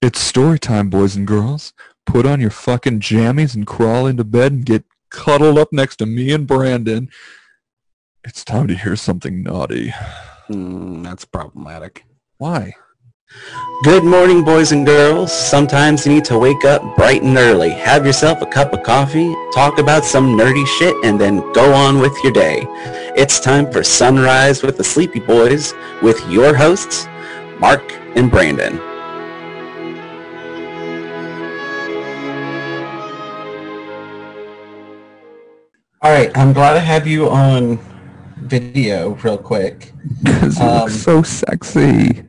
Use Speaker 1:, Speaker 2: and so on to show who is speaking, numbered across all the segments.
Speaker 1: It's story time, boys and girls. Put on your fucking jammies and crawl into bed and get cuddled up next to me and Brandon. It's time to hear something naughty.
Speaker 2: Hmm, that's problematic.
Speaker 1: Why?
Speaker 2: Good morning, boys and girls. Sometimes you need to wake up bright and early, have yourself a cup of coffee, talk about some nerdy shit, and then go on with your day. It's time for Sunrise with the Sleepy Boys with your hosts, Mark and Brandon. All right, I'm glad I have you on video real quick.
Speaker 1: Because
Speaker 2: you look Um,
Speaker 1: so sexy.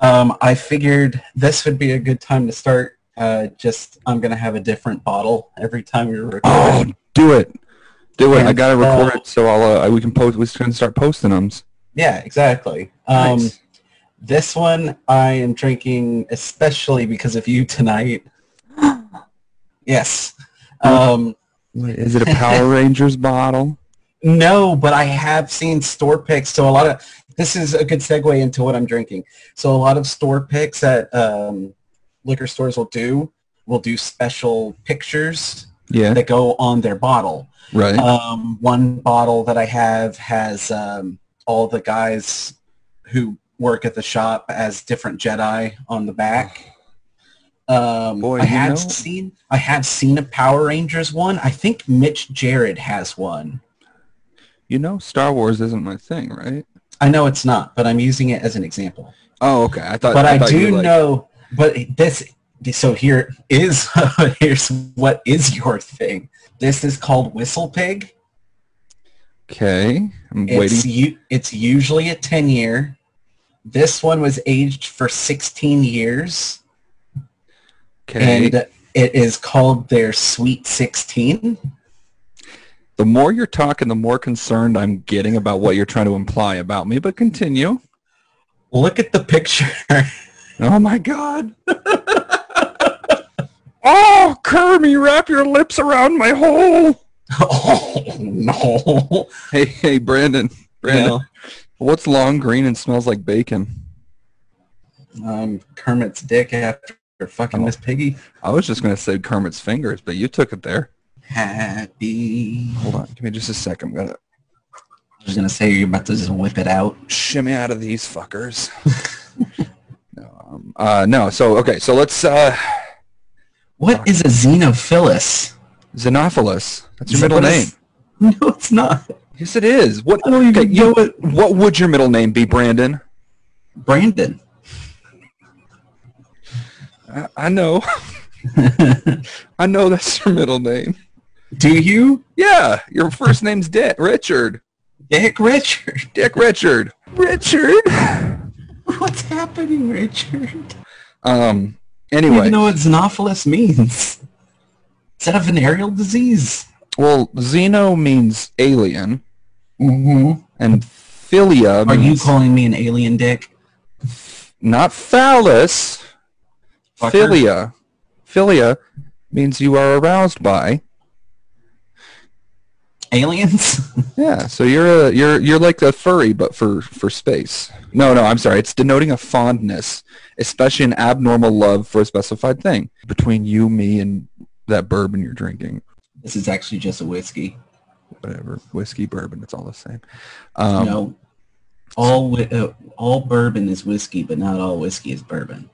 Speaker 2: Um, I figured this would be a good time to start. Uh, just I'm gonna have a different bottle every time we record.
Speaker 1: Oh, do it. Do it. I
Speaker 2: And,
Speaker 1: gotta
Speaker 2: uh,
Speaker 1: record it so I'll uh, we can post we can start posting them.
Speaker 2: Yeah, exactly. Um,
Speaker 1: Nice.
Speaker 2: This one I am drinking especially because of you tonight. yes. Um,
Speaker 1: Is it a Power Rangers bottle?
Speaker 2: no, but I have seen store picks. So a lot of this is a good segue into what I'm drinking. So a lot of store picks at um, liquor stores will do will do special pictures
Speaker 1: Yeah.
Speaker 2: that go on their bottle.
Speaker 1: Right.
Speaker 2: Um, one bottle that I have has um, all the guys who work at the shop as different Jedi on the back. Um,
Speaker 1: Boy,
Speaker 2: I
Speaker 1: you
Speaker 2: have
Speaker 1: know-
Speaker 2: seen I have seen a Power Rangers one. I think Mitch Jared has one.
Speaker 1: you know, Star Wars isn't my thing, right?
Speaker 2: I know it's not, but I'm using it as an example.
Speaker 1: Oh, okay. I thought.
Speaker 2: but I,
Speaker 1: thought you
Speaker 2: do
Speaker 1: were like-
Speaker 2: know. But this, so here is here's what is your thing. This is called Whistle Pig.
Speaker 1: Okay, I'm
Speaker 2: It's
Speaker 1: waiting.
Speaker 2: u- it's usually a 10 year. This one was aged for 16 years
Speaker 1: Okay.
Speaker 2: and it is called their Sweet 16.
Speaker 1: the more you're talking, the more concerned I'm getting about what you're trying to imply about me. But continue.
Speaker 2: Look at the picture.
Speaker 1: Oh my God. oh, Kermie, wrap your lips around my hole.
Speaker 2: oh no.
Speaker 1: Hey, hey, Brandon. Brandon,
Speaker 2: Well,
Speaker 1: what's long, green, and smells like bacon?
Speaker 2: um Kermit's dick after fucking
Speaker 1: Oh.
Speaker 2: Miss Piggy.
Speaker 1: I was just gonna say Kermit's fingers, but you took it there.
Speaker 2: Happy.
Speaker 1: Hold on, give me just a second. I'm gonna
Speaker 2: I was gonna say you're about to just whip it out.
Speaker 1: shimmy out of these fuckers. no, um, uh, no. So okay, so let's uh,
Speaker 2: What is a xenophilus?
Speaker 1: Xenophilus. That's your
Speaker 2: Is that
Speaker 1: middle
Speaker 2: what
Speaker 1: name.
Speaker 2: it's- No, it's not.
Speaker 1: Yes, it is. What?
Speaker 2: I don't even
Speaker 1: okay, Oh, you know what? What would your middle name be, Brandon?
Speaker 2: Brandon.
Speaker 1: I, I know. I know that's your middle name.
Speaker 2: Do you?
Speaker 1: Yeah, your first name's Dick Richard.
Speaker 2: Dick Richard.
Speaker 1: Dick Richard. Richard.
Speaker 2: What's happening, Richard?
Speaker 1: Um.
Speaker 2: I don't
Speaker 1: Anyway,
Speaker 2: even know what xenophilus means. Is that a venereal disease?
Speaker 1: well, Xeno means alien,
Speaker 2: Mm-hmm.
Speaker 1: and Philia
Speaker 2: Are you
Speaker 1: means
Speaker 2: calling me an alien dick?
Speaker 1: not phallus.
Speaker 2: Fucker.
Speaker 1: Philia. Philia means you are aroused by.
Speaker 2: Aliens?
Speaker 1: Yeah, so you're a you're you're like a furry, but for for space. No, no, I'm sorry. It's denoting a fondness, especially an abnormal love for a specified thing between you, me, and that bourbon you're drinking.
Speaker 2: this is actually just a whiskey.
Speaker 1: Whatever, whiskey, bourbon, it's all the same. Um,
Speaker 2: no. All whi- uh, all bourbon is whiskey, but not all whiskey is bourbon.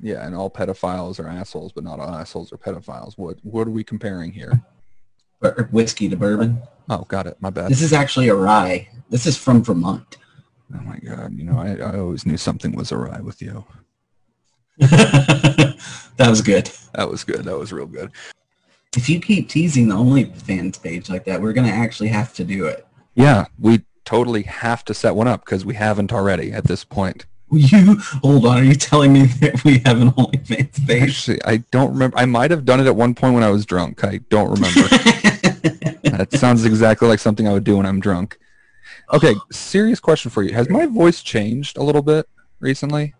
Speaker 1: Yeah, and all pedophiles are assholes, but not all assholes are pedophiles. What what are we comparing here?
Speaker 2: Bur- er, whiskey to bourbon.
Speaker 1: Oh, got it. My bad.
Speaker 2: This is actually a rye. This is from Vermont.
Speaker 1: Oh my god. You know, I, I always knew something was awry with you.
Speaker 2: that was good.
Speaker 1: That was good. That was real good.
Speaker 2: If you keep teasing the OnlyFans page like that, we're gonna actually have to do it.
Speaker 1: Yeah, we totally have to set one up because we haven't already at this point.
Speaker 2: You hold on. Are you telling me that we have an OnlyFans page?
Speaker 1: Actually, I don't remember. I might have done it at one point when I was drunk. I don't remember. that sounds exactly like something I would do when I'm drunk. Okay, serious question for you. Has my voice changed a little bit recently?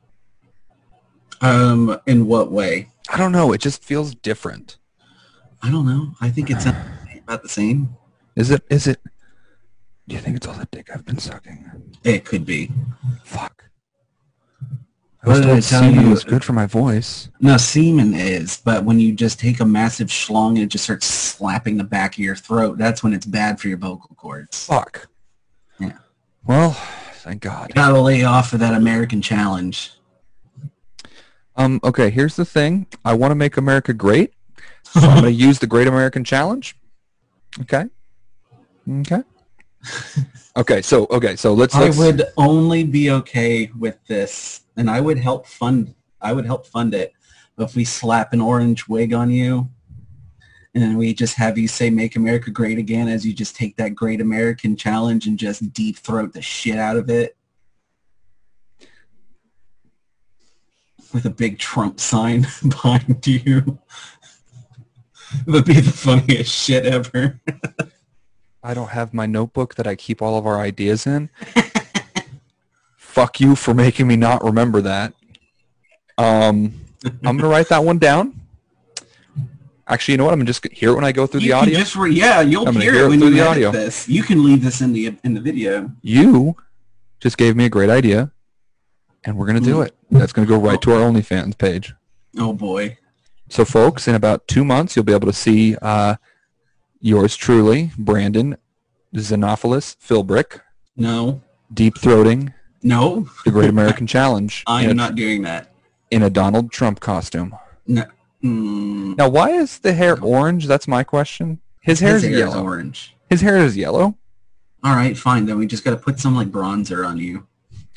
Speaker 2: um, in what way?
Speaker 1: I don't know. It just feels different.
Speaker 2: I don't know. I think it's about the same.
Speaker 1: Is it? Is it? Do you think it's all the dick I've been sucking?
Speaker 2: It could be.
Speaker 1: Fuck. I was
Speaker 2: What did I
Speaker 1: told
Speaker 2: tell
Speaker 1: semen
Speaker 2: you?
Speaker 1: was good for my voice.
Speaker 2: No, semen is, but when you just take a massive schlong and it just starts slapping the back of your throat, that's when it's bad for your vocal cords.
Speaker 1: Fuck.
Speaker 2: Yeah.
Speaker 1: Well, thank God.
Speaker 2: Gotta lay off of that American challenge.
Speaker 1: Um. Okay. Here's the thing. I want to make America great, so I'm going to use the Great American Challenge. Okay. Okay. Okay. So okay. So let's.
Speaker 2: I
Speaker 1: let's
Speaker 2: would only be okay with this, and I would help fund. I would help fund it, but if we slap an orange wig on you, and then we just have you say "Make America Great Again" as you just take that Great American Challenge and just deep throat the shit out of it with a big Trump sign behind you. it would be the funniest shit ever.
Speaker 1: I don't have my notebook that I keep all of our ideas in. Fuck you for making me not remember that. Um, I'm gonna write that one down. Actually, you know what? I'm just gonna hear it when I go through
Speaker 2: you
Speaker 1: the
Speaker 2: can
Speaker 1: audio.
Speaker 2: Just re- yeah, you'll
Speaker 1: I'm gonna
Speaker 2: hear,
Speaker 1: hear
Speaker 2: it
Speaker 1: it
Speaker 2: when
Speaker 1: through
Speaker 2: you
Speaker 1: the
Speaker 2: edit
Speaker 1: audio.
Speaker 2: this. You can leave this in the in the video.
Speaker 1: you just gave me a great idea, and we're gonna do
Speaker 2: Mm.
Speaker 1: it. That's gonna go right to our OnlyFans page.
Speaker 2: Oh boy.
Speaker 1: So, folks, in about two months, you'll be able to see uh, yours truly, Brandon Xenophilus Philbrick,
Speaker 2: No.
Speaker 1: deep throating
Speaker 2: No,
Speaker 1: the Great American Challenge
Speaker 2: I
Speaker 1: in a
Speaker 2: am not doing that.
Speaker 1: in a Donald Trump costume.
Speaker 2: No. Mm,
Speaker 1: Now, why is the hair orange? That's my question. His hair
Speaker 2: his
Speaker 1: is
Speaker 2: hair is
Speaker 1: yellow.
Speaker 2: orange.
Speaker 1: His hair is yellow.
Speaker 2: All right, fine. Then we just got to put some like bronzer on you.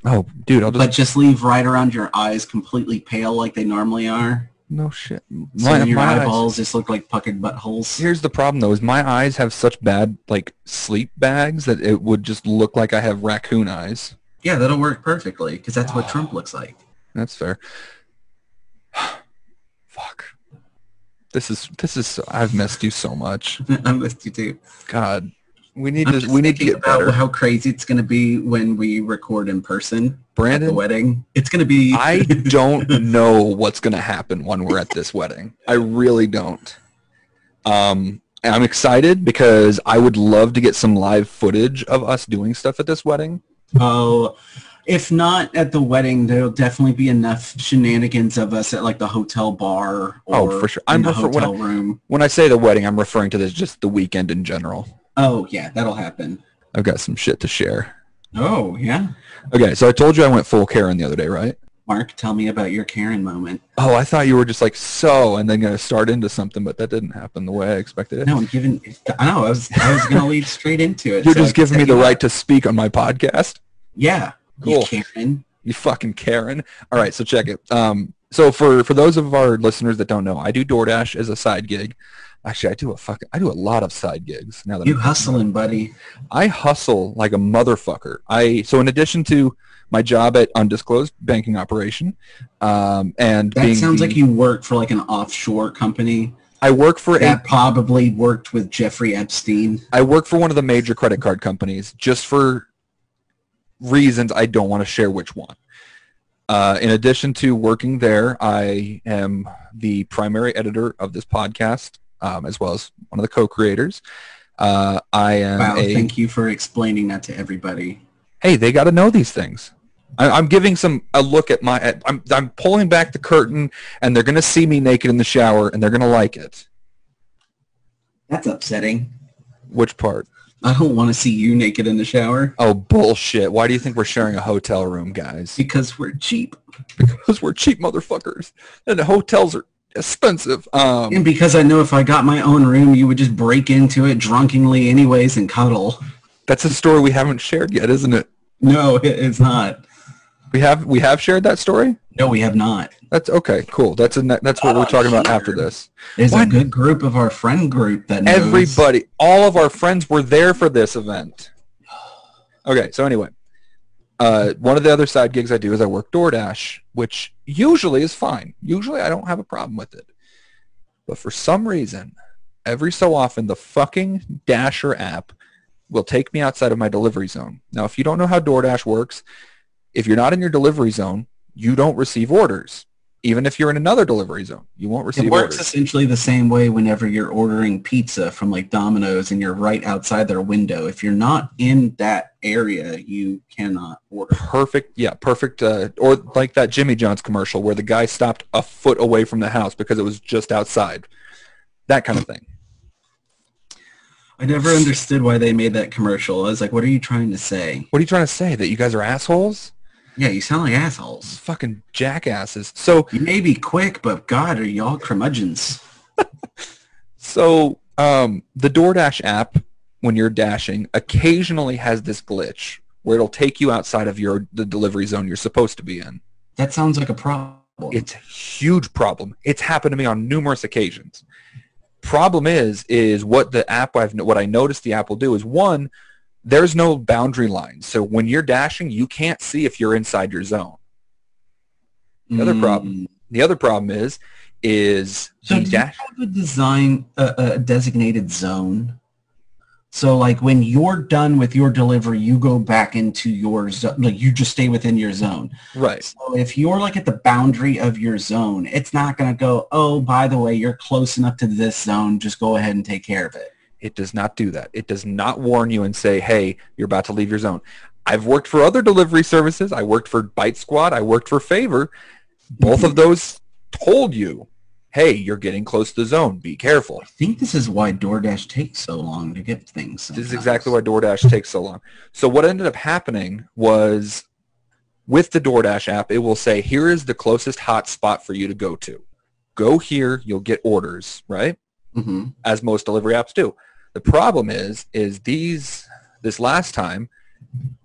Speaker 1: Oh, dude, I'll just
Speaker 2: But just leave right around your eyes completely pale like they normally are.
Speaker 1: no shit.
Speaker 2: So
Speaker 1: My,
Speaker 2: your
Speaker 1: my eyes-
Speaker 2: eyeballs just look like puckered buttholes.
Speaker 1: Here's the problem though: is my eyes have such bad like sleep bags that it would just look like I have raccoon eyes.
Speaker 2: Yeah, that'll work perfectly because that's what Trump looks like.
Speaker 1: That's fair. Fuck. This is this is. I've missed you so much.
Speaker 2: I missed you too.
Speaker 1: God, we need
Speaker 2: I'm
Speaker 1: to
Speaker 2: just
Speaker 1: we need to
Speaker 2: thinking
Speaker 1: get
Speaker 2: about
Speaker 1: better.
Speaker 2: how crazy it's going to be when we record in person at the
Speaker 1: Brandon,
Speaker 2: wedding. It's going to be.
Speaker 1: I don't know what's going to happen when we're at this wedding. I really don't. Um, and I'm excited because I would love to get some live footage of us doing stuff at this wedding.
Speaker 2: Oh, if not at the wedding, there'll definitely be enough shenanigans of us at like the hotel bar or
Speaker 1: Oh, for sure. I'm
Speaker 2: in the
Speaker 1: refer- when I-
Speaker 2: hotel room.
Speaker 1: When I say the wedding, I'm referring to this just the weekend in general.
Speaker 2: Oh, yeah, that'll happen.
Speaker 1: I've got some shit to share.
Speaker 2: Oh, yeah.
Speaker 1: Okay, so I told you I went full Karen the other day, right?
Speaker 2: Mark, tell me about your Karen moment.
Speaker 1: Oh, I thought you were just like so and then going to start into something, but that didn't happen the way I expected it.
Speaker 2: No, I'm giving. I know. I was. I was gonna lead straight into it.
Speaker 1: You're
Speaker 2: so I
Speaker 1: just giving me
Speaker 2: set
Speaker 1: the
Speaker 2: you up.
Speaker 1: right to speak on my podcast.
Speaker 2: Yeah.
Speaker 1: Cool.
Speaker 2: You Karen.
Speaker 1: You fucking Karen. All right, so check it. Um, so for for those of our listeners that don't know, I do DoorDash as a side gig. Actually, I do a fucking I do a lot of side gigs now that
Speaker 2: You
Speaker 1: I'm-
Speaker 2: hustling, buddy.
Speaker 1: I hustle like a motherfucker. I so in addition to my job at undisclosed banking operation, um, and
Speaker 2: That
Speaker 1: being
Speaker 2: sounds
Speaker 1: the-
Speaker 2: like you work for like an offshore company
Speaker 1: I work for a
Speaker 2: that probably worked with Jeffrey Epstein.
Speaker 1: I work for one of the major credit card companies just for reasons I don't want to share which one. Uh, in addition to working there, I am the primary editor of this podcast, um, as well as one of the co-creators. Uh, I am
Speaker 2: Wow.
Speaker 1: a
Speaker 2: Thank you for explaining that to everybody.
Speaker 1: hey, they got to know these things. I, I'm giving some a look at my. At, I'm I'm pulling back the curtain, and they're gonna see me naked in the shower, and they're gonna like it.
Speaker 2: That's upsetting.
Speaker 1: Which part?
Speaker 2: I don't want to see you naked in the shower
Speaker 1: Oh bullshit! Why do you think we're sharing a hotel room, guys?
Speaker 2: because we're cheap
Speaker 1: because we're cheap motherfuckers and the hotels are expensive.
Speaker 2: and
Speaker 1: Um,
Speaker 2: because I know if I got my own room, you would just break into it drunkenly anyways and cuddle.
Speaker 1: that's a story we haven't shared yet, isn't it?
Speaker 2: No, it- it's not.
Speaker 1: We have we have shared that story.
Speaker 2: No, we have not.
Speaker 1: That's okay, cool. That's a, ne- that's what we're
Speaker 2: Not
Speaker 1: talking about after
Speaker 2: shared.
Speaker 1: this.
Speaker 2: There's a
Speaker 1: What?
Speaker 2: good group of our friend group that knows.
Speaker 1: Everybody, all of our friends were there for this event. Okay, so anyway, uh, one of the other side gigs I do is I work DoorDash, which usually is fine. Usually I don't have a problem with it. But for some reason, every so often, the fucking Dasher app will take me outside of my delivery zone. Now, if you don't know how DoorDash works, if you're not in your delivery zone, you don't receive orders. even if you're in another delivery zone. You won't receive
Speaker 2: It works
Speaker 1: orders.
Speaker 2: essentially the same way whenever you're ordering pizza from like Domino's and you're right outside their window. If you're not in that area, you cannot order.
Speaker 1: Perfect, yeah, perfect. Uh, or like that Jimmy John's commercial where the guy stopped a foot away from the house because it was just outside. That kind of thing.
Speaker 2: I never understood why they made that commercial. I was like, what are you trying to say?
Speaker 1: What are you trying to say? That you guys are assholes?
Speaker 2: Yeah, you sound like assholes.
Speaker 1: Fucking jackasses. So
Speaker 2: You may be quick, but God, are y'all curmudgeons?
Speaker 1: So um, the DoorDash app, when you're dashing, occasionally has this glitch where it'll take you outside of your the delivery zone you're supposed to be in.
Speaker 2: That sounds like a problem.
Speaker 1: It's a huge problem. It's happened to me on numerous occasions. Problem is, is what the app I've what I noticed the app will do is one, there's no boundary line. So when you're dashing, you can't see if you're inside your zone. another
Speaker 2: Hmm.
Speaker 1: problem. The other problem is, is
Speaker 2: So
Speaker 1: the
Speaker 2: do you
Speaker 1: dash.
Speaker 2: have a design a, a designated zone? So like when you're done with your delivery, you go back into your zone. Like you just stay within your zone.
Speaker 1: Right.
Speaker 2: So if you're like at the boundary of your zone, it's not going to go, oh, by the way, you're close enough to this zone. Just go ahead and take care of it.
Speaker 1: It does not do that. It does not warn you and say, hey, you're about to leave your zone. I've worked for other delivery services. I worked for Bite Squad. I worked for Favor. Both
Speaker 2: Mm-hmm.
Speaker 1: of those told you, hey, you're getting close to the zone. Be careful.
Speaker 2: I think this is why DoorDash takes so long to get things.
Speaker 1: This is
Speaker 2: sometimes.
Speaker 1: exactly why DoorDash takes so long. So what ended up happening was with the DoorDash app, it will say, here is the closest hot spot for you to go to. Go here. You'll get orders, right?
Speaker 2: Mhm.
Speaker 1: as most delivery apps do. The problem is, is these this last time,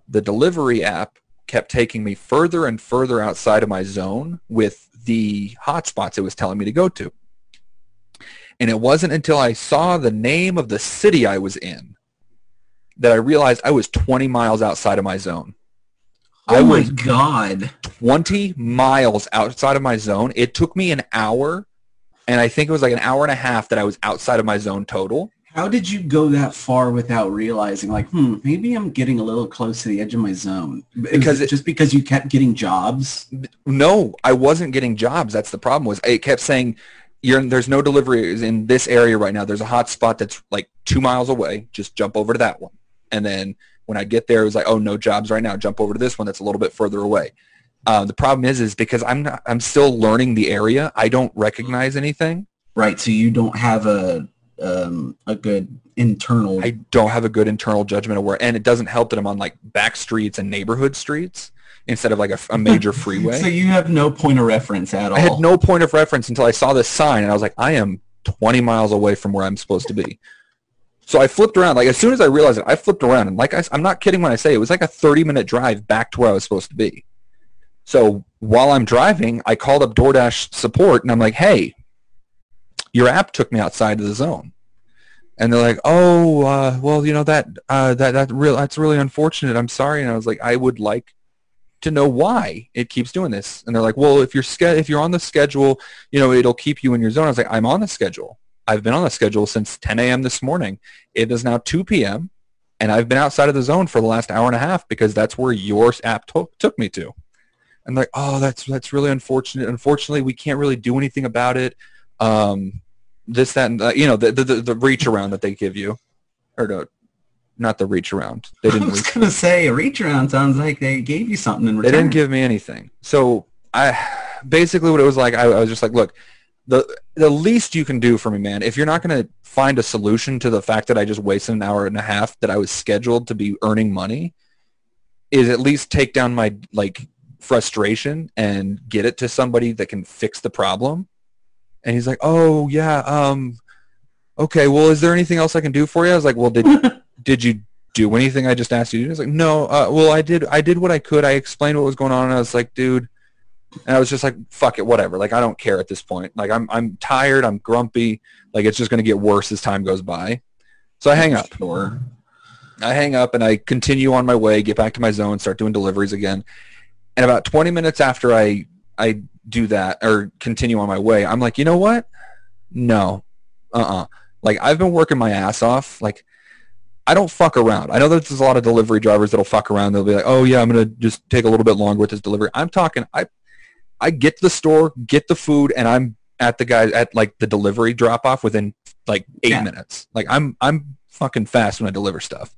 Speaker 1: the delivery app kept taking me further and further outside of my zone with the hotspots it was telling me to go to. And it wasn't until I saw the name of the city I was in that I realized I was 20 miles outside of my zone.
Speaker 2: Oh
Speaker 1: I
Speaker 2: my
Speaker 1: was
Speaker 2: God.
Speaker 1: 20 miles outside of my zone. It took me an hour, and I think it was like an hour and a half that I was outside of my zone total.
Speaker 2: How did you go that far without realizing, like, hmm, maybe I'm getting a little close to the edge of my zone?
Speaker 1: Because
Speaker 2: Because
Speaker 1: it-
Speaker 2: just because you kept getting jobs,
Speaker 1: no i wasn't getting jobs that's the problem was it kept saying you're there's no deliveries in this area right now there's a hot spot that's like two miles away just jump over to that one and then when i get there it was like oh no jobs right now jump over to this one that's a little bit further away uh, the problem is is because i'm not i'm still learning the area i don't recognize anything
Speaker 2: right? So you don't have a um, a good internal.
Speaker 1: i don't have a good internal judgment of where and it doesn't help that i'm on like back streets and neighborhood streets instead of like a, a major freeway
Speaker 2: So you have no point of reference at all.
Speaker 1: eh? I had no point of reference until I saw this sign, and I was like, I am 20 miles away from where I'm supposed to be. So I flipped around. Like as soon as I realized it, I flipped around, and like I, am not kidding when I say it was like a 30 minute drive back to where I was supposed to be. So while I'm driving, I called up DoorDash support, and I'm like, Hey, your app took me outside of the zone. And they're like, "Oh, uh, well, you know that uh, that that real that's really unfortunate. I'm sorry." And I was like, "I would like to know why it keeps doing this. And they're like, well, if you're ske- if you're on the schedule, you know, it'll keep you in your zone. I was like, I'm on the schedule. I've been on the schedule since 10 a.m. this morning. It is now 2 p.m. and I've been outside of the zone for the last hour and a half because that's where your app to- took me to. And they're like, oh, that's that's really unfortunate. Unfortunately, we can't really do anything about it. Um, this, that, and uh, you know, the, the the the reach around that they give you, or no, not the reach around. They
Speaker 2: I
Speaker 1: didn't.
Speaker 2: was
Speaker 1: reach
Speaker 2: gonna say a reach around sounds like they gave you something in
Speaker 1: they
Speaker 2: return.
Speaker 1: didn't give me anything. So I basically what it was like, I, I was just like, look, the the least you can do for me, man, if you're not gonna find a solution to the fact that I just wasted an hour and a half that I was scheduled to be earning money, is at least take down my like frustration and get it to somebody that can fix the problem. And he's like, Oh yeah, um okay, well is there anything else I can do for you? I was like, Well did did you do anything I just asked you to do? He's like, no, uh, well, I did, I did what I could. I explained what was going on. And I was like, dude, and I was just like, fuck it, whatever. Like, I don't care at this point. Like, I'm, I'm tired. I'm grumpy. Like, it's just going to get worse as time goes by. So I hang up.
Speaker 2: Sure.
Speaker 1: I hang up and I continue on my way, get back to my zone, start doing deliveries again. And about 20 minutes after I I do that or continue on my way, I'm like, you know what? No, uh-uh. Like I've been working my ass off. Like I don't fuck around. I know that there's a lot of delivery drivers that'll fuck around. They'll be like, oh yeah, I'm gonna just take a little bit longer with this delivery. I'm talking. I I get to the store, get the food, and I'm at the guy at like the delivery drop off within like eight
Speaker 3: Yeah.
Speaker 1: minutes. Like I'm I'm fucking fast when I deliver stuff.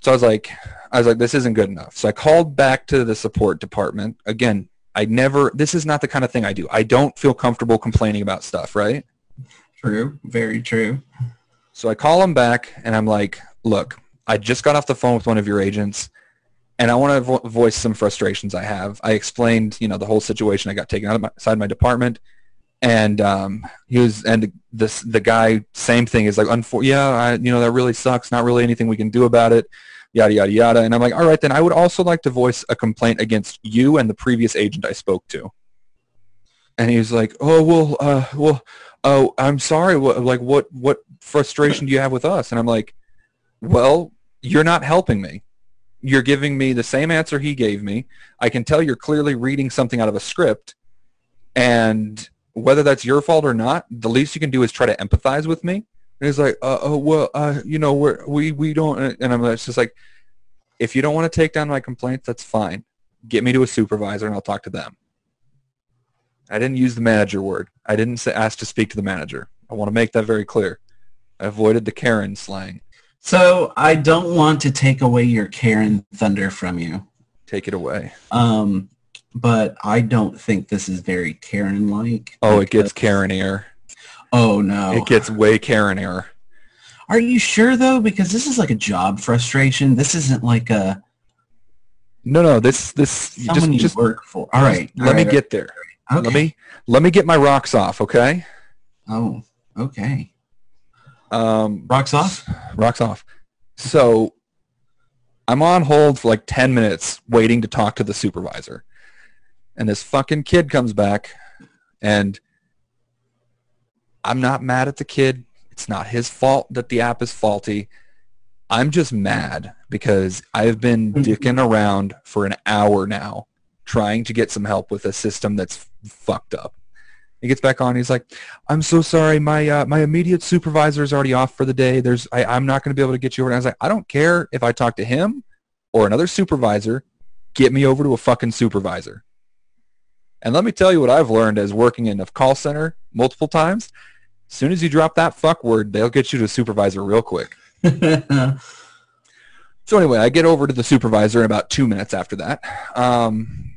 Speaker 1: So I was like, I was like, this isn't good enough. So I called back to the support department. Again, I never. This is not the kind of thing I do. I don't feel comfortable complaining about stuff, right?
Speaker 3: True. Very true.
Speaker 1: So I call him back and I'm like, look, I just got off the phone with one of your agents and I want to vo- voice some frustrations I have. I explained, you know, the whole situation. I got taken out of my, inside my department and um, he was, and this, the guy, same thing is like, unfor- yeah, I, you know, that really sucks. Not really anything we can do about it. Yada, yada, yada. And I'm like, all right, then I would also like to voice a complaint against you and the previous agent I spoke to. And he was like, oh, well, uh, well, oh i'm sorry what, like what what frustration do you have with us and i'm like well you're not helping me you're giving me the same answer he gave me i can tell you're clearly reading something out of a script and whether that's your fault or not the least you can do is try to empathize with me and he's like uh, oh well uh, you know we're, we we don't uh, and i'm just like if you don't want to take down my complaints that's fine get me to a supervisor and i'll talk to them I didn't use the manager word. I didn't say, ask to speak to the manager. I want to make that very clear. I avoided the Karen slang.
Speaker 3: So I don't want to take away your Karen thunder from you.
Speaker 1: Take it away.
Speaker 3: Um, but I don't think this is very Karen-like.
Speaker 1: Oh, it gets Karenier.
Speaker 3: Oh no.
Speaker 1: It gets way Karenier.
Speaker 3: Are you sure though? Because this is like a job frustration. This isn't like a
Speaker 1: No, no. This, this. you Just,
Speaker 3: someone you
Speaker 1: just.
Speaker 3: work for. All right.
Speaker 1: Let
Speaker 3: all
Speaker 1: me
Speaker 3: right,
Speaker 1: get there.
Speaker 3: Okay.
Speaker 1: Let me, let me get my rocks off. Okay.
Speaker 3: Oh, okay.
Speaker 1: Um,
Speaker 3: Rocks off.
Speaker 1: rocks off. So I'm on hold for like 10 minutes waiting to talk to the supervisor. And this fucking kid comes back and I'm not mad at the kid. It's not his fault that the app is faulty. I'm just mad because I've been
Speaker 3: Mm-hmm.
Speaker 1: dicking around for an hour now trying to get some help with a system that's fucked up. He gets back on. He's like, I'm so sorry. My uh, my immediate supervisor is already off for the day. There's I, I'm not going to be able to get you over. And I was like, I don't care if I talk to him or another supervisor. Get me over to a fucking supervisor. And let me tell you what I've learned as working in a call center multiple times. As soon as you drop that fuck word, they'll get you to a supervisor real quick. So anyway, I get over to the supervisor in about two minutes after that. Um,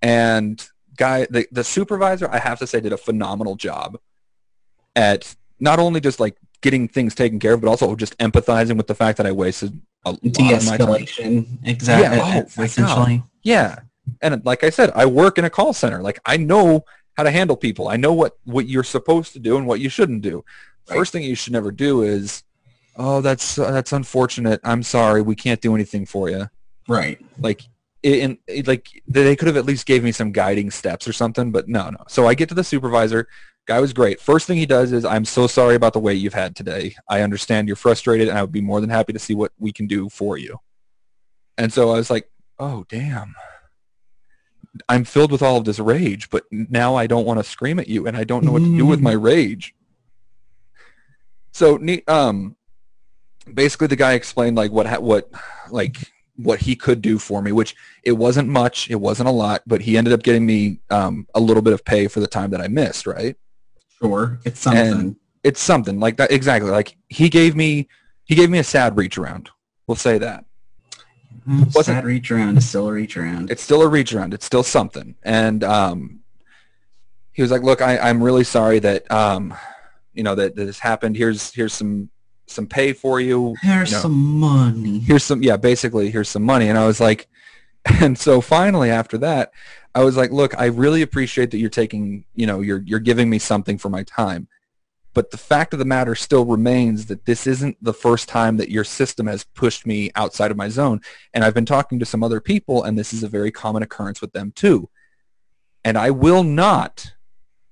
Speaker 1: and guy, the, the supervisor, I have to say, did a phenomenal job at not only just like getting things taken care of, but also just empathizing with the fact that I wasted a lot of my time.
Speaker 3: De-escalation. Exactly.
Speaker 1: Yeah, oh my
Speaker 3: essentially.
Speaker 1: Yeah. And like I said, I work in a call center. Like I know how to handle people. I know what, what you're supposed to do and what you shouldn't do.
Speaker 3: Right.
Speaker 1: First thing you should never do is, oh, that's, uh, that's unfortunate. I'm sorry. We can't do anything for you
Speaker 3: Right.
Speaker 1: like it, and it, like they could have at least gave me some guiding steps or something but no no so i get to the supervisor guy was great first thing he does is i'm so sorry about the way you've had today i understand you're frustrated and i would be more than happy to see what we can do for you and so i was like oh damn i'm filled with all of this rage but now i don't want to scream at you and i don't know what to do with my rage so ne- um basically the guy explained like what ha- what like what he could do for me, which it wasn't much, it wasn't a lot, but he ended up getting me um, a little bit of pay for the time that I missed. Right?
Speaker 3: Sure. It's something.
Speaker 1: It's something like that. Exactly. Like he gave me he gave me a sad reach around. We'll say that
Speaker 3: Mm,
Speaker 1: wasn't-
Speaker 3: Sad reach around is still a reach around.
Speaker 1: it's still a reach around. It's still something. And um, he was like, "Look, I, I'm really sorry that um, you know that, that this happened. Here's here's some some pay for you.
Speaker 3: There's
Speaker 1: No.
Speaker 3: some money.
Speaker 1: here's some yeah basically here's some money and i was like and so finally after that i was like look i really appreciate that you're taking you know you're you're giving me something for my time but the fact of the matter still remains that this isn't the first time that your system has pushed me outside of my zone and i've been talking to some other people and this is a very common occurrence with them too and i will not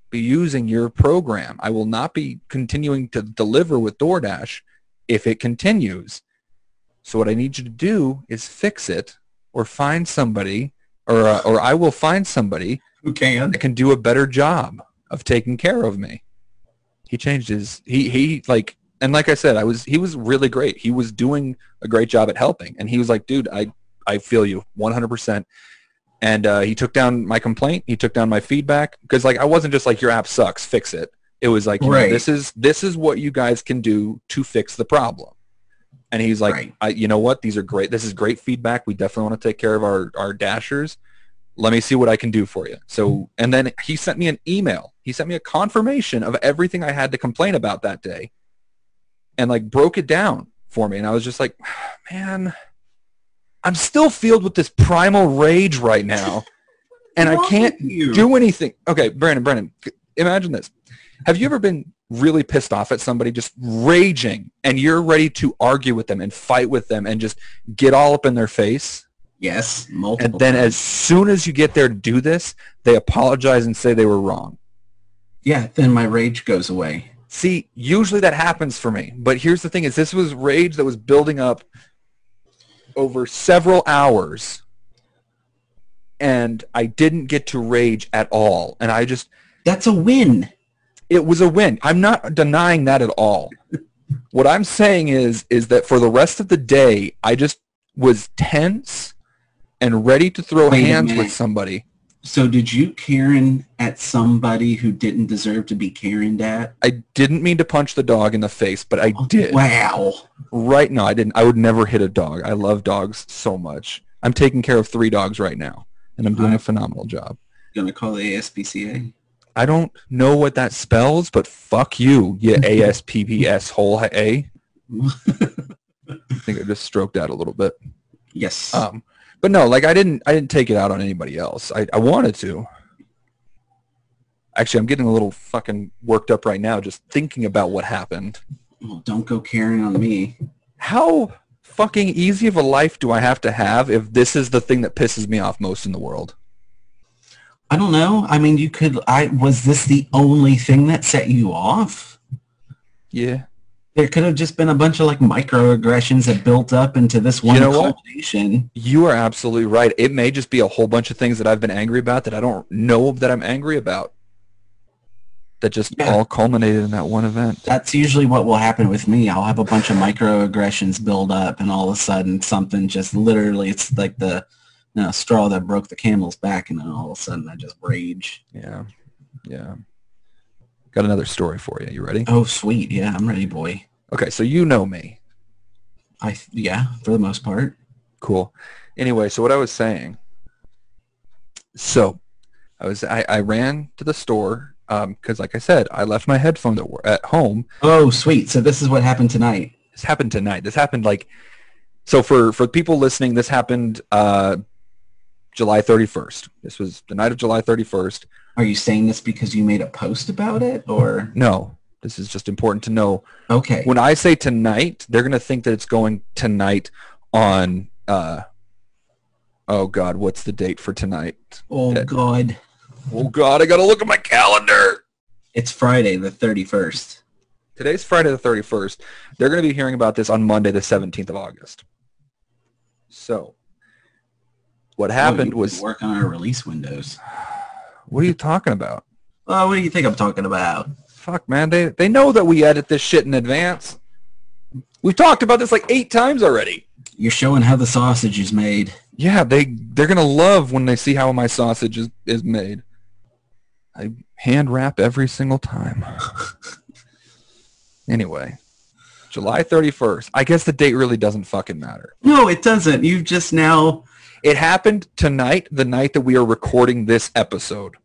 Speaker 1: be using your program i will not be continuing to deliver with doordash if it continues so what I need you to do is fix it or find somebody or, uh, or I will find somebody
Speaker 3: Who can?
Speaker 1: that can do a better job of taking care of me. He changed his, he, he like, and like I said, I was, he was really great. He was doing a great job at helping. And he was like, dude, I, I feel you 100%. and uh, he took down my complaint. He took down my feedback because like I wasn't just like your app sucks, fix it. It was like you know,
Speaker 2: Right.
Speaker 1: this is this is what you guys can do to fix the problem. And he's like,
Speaker 2: Right.
Speaker 1: I, you know what? These are great. This is great feedback. We definitely want to take care of our our dashers. Let me see what I can do for you. So, and then he sent me an email. He sent me a confirmation of everything I had to complain about that day, and like broke it down for me. And I was just like, man, I'm still filled with this primal rage right now, and I can't
Speaker 2: you.
Speaker 1: do anything. Okay, Brandon, Brandon, c- imagine this. Have you ever been really pissed off at somebody, just raging, and you're ready to argue with them and fight with them and just get all up in their face?
Speaker 2: Yes, multiple.
Speaker 1: And then
Speaker 2: times.
Speaker 1: as soon as you get there to do this, they apologize and say they were wrong.
Speaker 2: yeah, then my rage goes away.
Speaker 1: See, usually that happens for me. But here's the thing is this was rage that was building up over several hours. And I didn't get to rage at all. And I just
Speaker 2: That's a win.
Speaker 1: it was a win. I'm not denying that at all. what I'm saying is is that for the rest of the day, I just was tense and ready to throw
Speaker 2: Wait a
Speaker 1: hands with
Speaker 2: minute.
Speaker 1: somebody.
Speaker 2: So did you Karen at somebody who didn't deserve to be Karen at?
Speaker 1: I didn't mean to punch the dog in the face, but
Speaker 2: Oh,
Speaker 1: I did.
Speaker 2: Wow.
Speaker 1: Right now, I didn't. I would never hit a dog. I love dogs so much. I'm taking care of three dogs right now, and I'm doing a
Speaker 2: Alright.
Speaker 1: phenomenal job.
Speaker 2: Gonna call the ASPCA.
Speaker 1: I don't know what that spells, but fuck you, you ASPPS hole A. I think I just stroked out a little bit.
Speaker 2: yes.
Speaker 1: Um, but no, like I didn't, I didn't take it out on anybody else. I, I wanted to. Actually, I'm getting a little fucking worked up right now just thinking about what happened.
Speaker 2: well, don't go Karen on me.
Speaker 1: How fucking easy of a life do I have to have if this is the thing that pisses me off most in the world?
Speaker 2: I don't know. I mean, you could. I was this the only thing that set you off?
Speaker 1: Yeah.
Speaker 2: There could have just been a bunch of like microaggressions that built up into this one
Speaker 1: You know what?
Speaker 2: culmination.
Speaker 1: You are absolutely right. It may just be a whole bunch of things that I've been angry about that I don't know that I'm angry about. That just
Speaker 2: Yeah.
Speaker 1: all culminated in that one event.
Speaker 2: That's usually what will happen with me. I'll have a bunch of microaggressions build up, and all of a sudden, something just literally—it's like the you know, straw that broke the camel's back, and then all of a sudden, I just rage.
Speaker 1: Yeah. Yeah. Got another story for you. You ready?
Speaker 2: Oh, sweet, yeah, I'm ready, boy.
Speaker 1: Okay, so you know me.
Speaker 2: I yeah, for the most part.
Speaker 1: cool anyway so what i was saying so i was i, I ran to the store because like i said i left my headphones at, wor- at home
Speaker 2: Oh, sweet. So this is what happened tonight.
Speaker 1: this happened tonight this happened like so for for people listening this happened uh july 31st this was the night of july 31st
Speaker 2: Are you saying this because you made a post about it, or
Speaker 1: no this is just important to know
Speaker 2: okay?
Speaker 1: when i say tonight they're gonna think that it's going tonight on uh oh god what's the date for tonight
Speaker 2: Oh
Speaker 1: Yeah.
Speaker 2: God,
Speaker 1: oh god i gotta look at my calendar
Speaker 2: it's Friday the thirty-first.
Speaker 1: Today's Friday the 31st. They're going to be hearing about this on Monday the 17th of August. So what happened was
Speaker 2: work on our release windows.
Speaker 1: what are you talking about?
Speaker 2: Oh, what do you think I'm talking about?
Speaker 1: Fuck man, they they know that we edit this shit in advance. We've talked about this like 8 times already.
Speaker 2: You're showing how the sausage is made.
Speaker 1: Yeah, they they're going to love when they see how my sausage is, is made. I hand wrap every single time. anyway, July 31st. I guess the date really doesn't fucking matter.
Speaker 2: No, it doesn't. You've just now.
Speaker 1: It happened tonight, the night that we are recording this episode.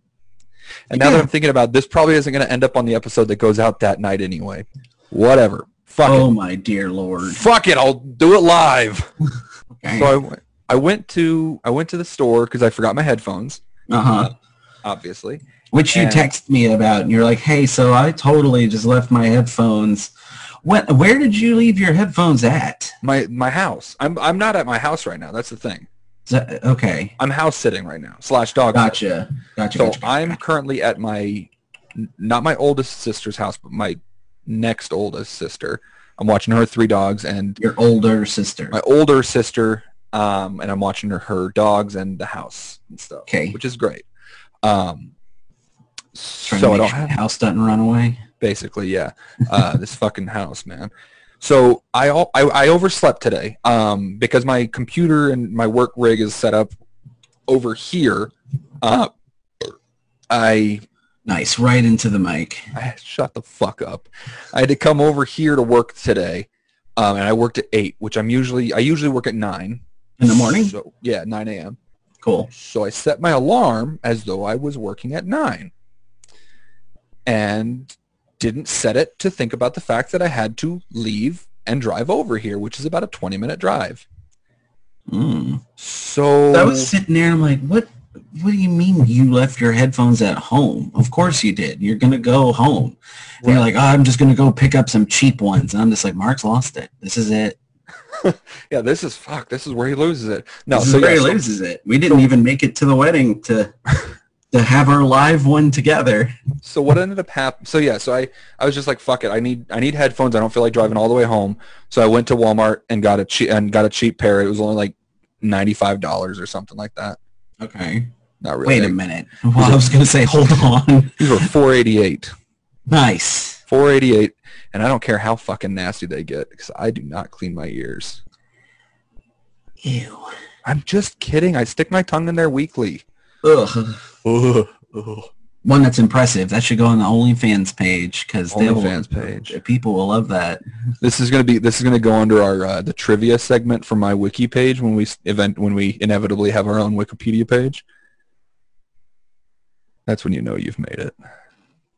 Speaker 1: And now that
Speaker 2: Yeah.
Speaker 1: I'm thinking about it, this, probably isn't going to end up on the episode that goes out that night anyway. Whatever. Fuck
Speaker 2: Oh
Speaker 1: it.
Speaker 2: my dear lord.
Speaker 1: Fuck it. I'll do it live.
Speaker 2: Okay.
Speaker 1: So I, went- I went to I went to the store because I forgot my headphones,
Speaker 2: Uh huh.
Speaker 1: obviously.
Speaker 2: Which you
Speaker 1: and-
Speaker 2: text me about, and you're like, "Hey, so I totally just left my headphones. What? Where did you leave your headphones at?"
Speaker 1: My my house. I'm I'm not at my house right now. That's the thing.
Speaker 2: So- okay.
Speaker 1: I'm house sitting right now slash dog. sitting.
Speaker 2: Gotcha. Gotcha.
Speaker 1: So
Speaker 2: gotcha.
Speaker 1: I'm currently at my, n- not my oldest sister's house, but my next oldest sister. I'm watching her three dogs and
Speaker 2: your older sister.
Speaker 1: my older sister, um, and I'm watching her, her dogs and the house and stuff,
Speaker 2: Okay.
Speaker 1: which is great. Um, so
Speaker 2: Trying to
Speaker 1: I
Speaker 2: make
Speaker 1: don't
Speaker 2: sure
Speaker 1: have
Speaker 2: the house doesn't run away.
Speaker 1: basically, yeah, uh, this fucking house, man. So I, al- I I overslept today um, because my computer and my work rig is set up over here, uh, I
Speaker 2: Nice, right into the mic.
Speaker 1: I shut the fuck up. I had to come over here to work today, um, and I worked at eight, which I'm usually I usually work at nine
Speaker 2: In the morning?
Speaker 1: So yeah, nine a.m.
Speaker 2: Cool.
Speaker 1: So I set my alarm as though I was working at nine, and didn't set it to think about the fact that I had to leave and drive over here, which is about a twenty-minute drive.
Speaker 2: Mm.
Speaker 1: So
Speaker 2: I was sitting there, I'm like, what? What do you mean you left your headphones at home? Of course you did. You're gonna go home. And you're like, oh, I'm just gonna go pick up some cheap ones. And I'm just like, Mark's lost it. This is it.
Speaker 1: yeah, this is fuck. This is where he loses it. No,
Speaker 2: this
Speaker 1: so
Speaker 2: is where
Speaker 1: yeah,
Speaker 2: he
Speaker 1: so-
Speaker 2: loses it. We didn't even make it to the wedding to to have our live one together.
Speaker 1: so what ended up happening so yeah so i i was just like fuck it i need i need headphones i don't feel like driving all the way home so i went to walmart and got a cheap and got a cheap pair it was only like $95 or something like that
Speaker 2: Okay.
Speaker 1: not really
Speaker 2: Wait a minute. Well, I was gonna say, hold on.
Speaker 1: these were 488
Speaker 2: nice.
Speaker 1: 488 and i don't care how fucking nasty they get because i do not clean my ears
Speaker 2: Ew.
Speaker 1: i'm just kidding i stick my tongue in there weekly
Speaker 2: Ugh.
Speaker 1: Ugh.
Speaker 2: One that's impressive. That should go on the OnlyFans page because
Speaker 1: OnlyFans page.
Speaker 2: People will love that.
Speaker 1: this is gonna be this is gonna go under our uh, the trivia segment for my wiki page when we s- event when we inevitably have our own Wikipedia page. That's when you know you've made it.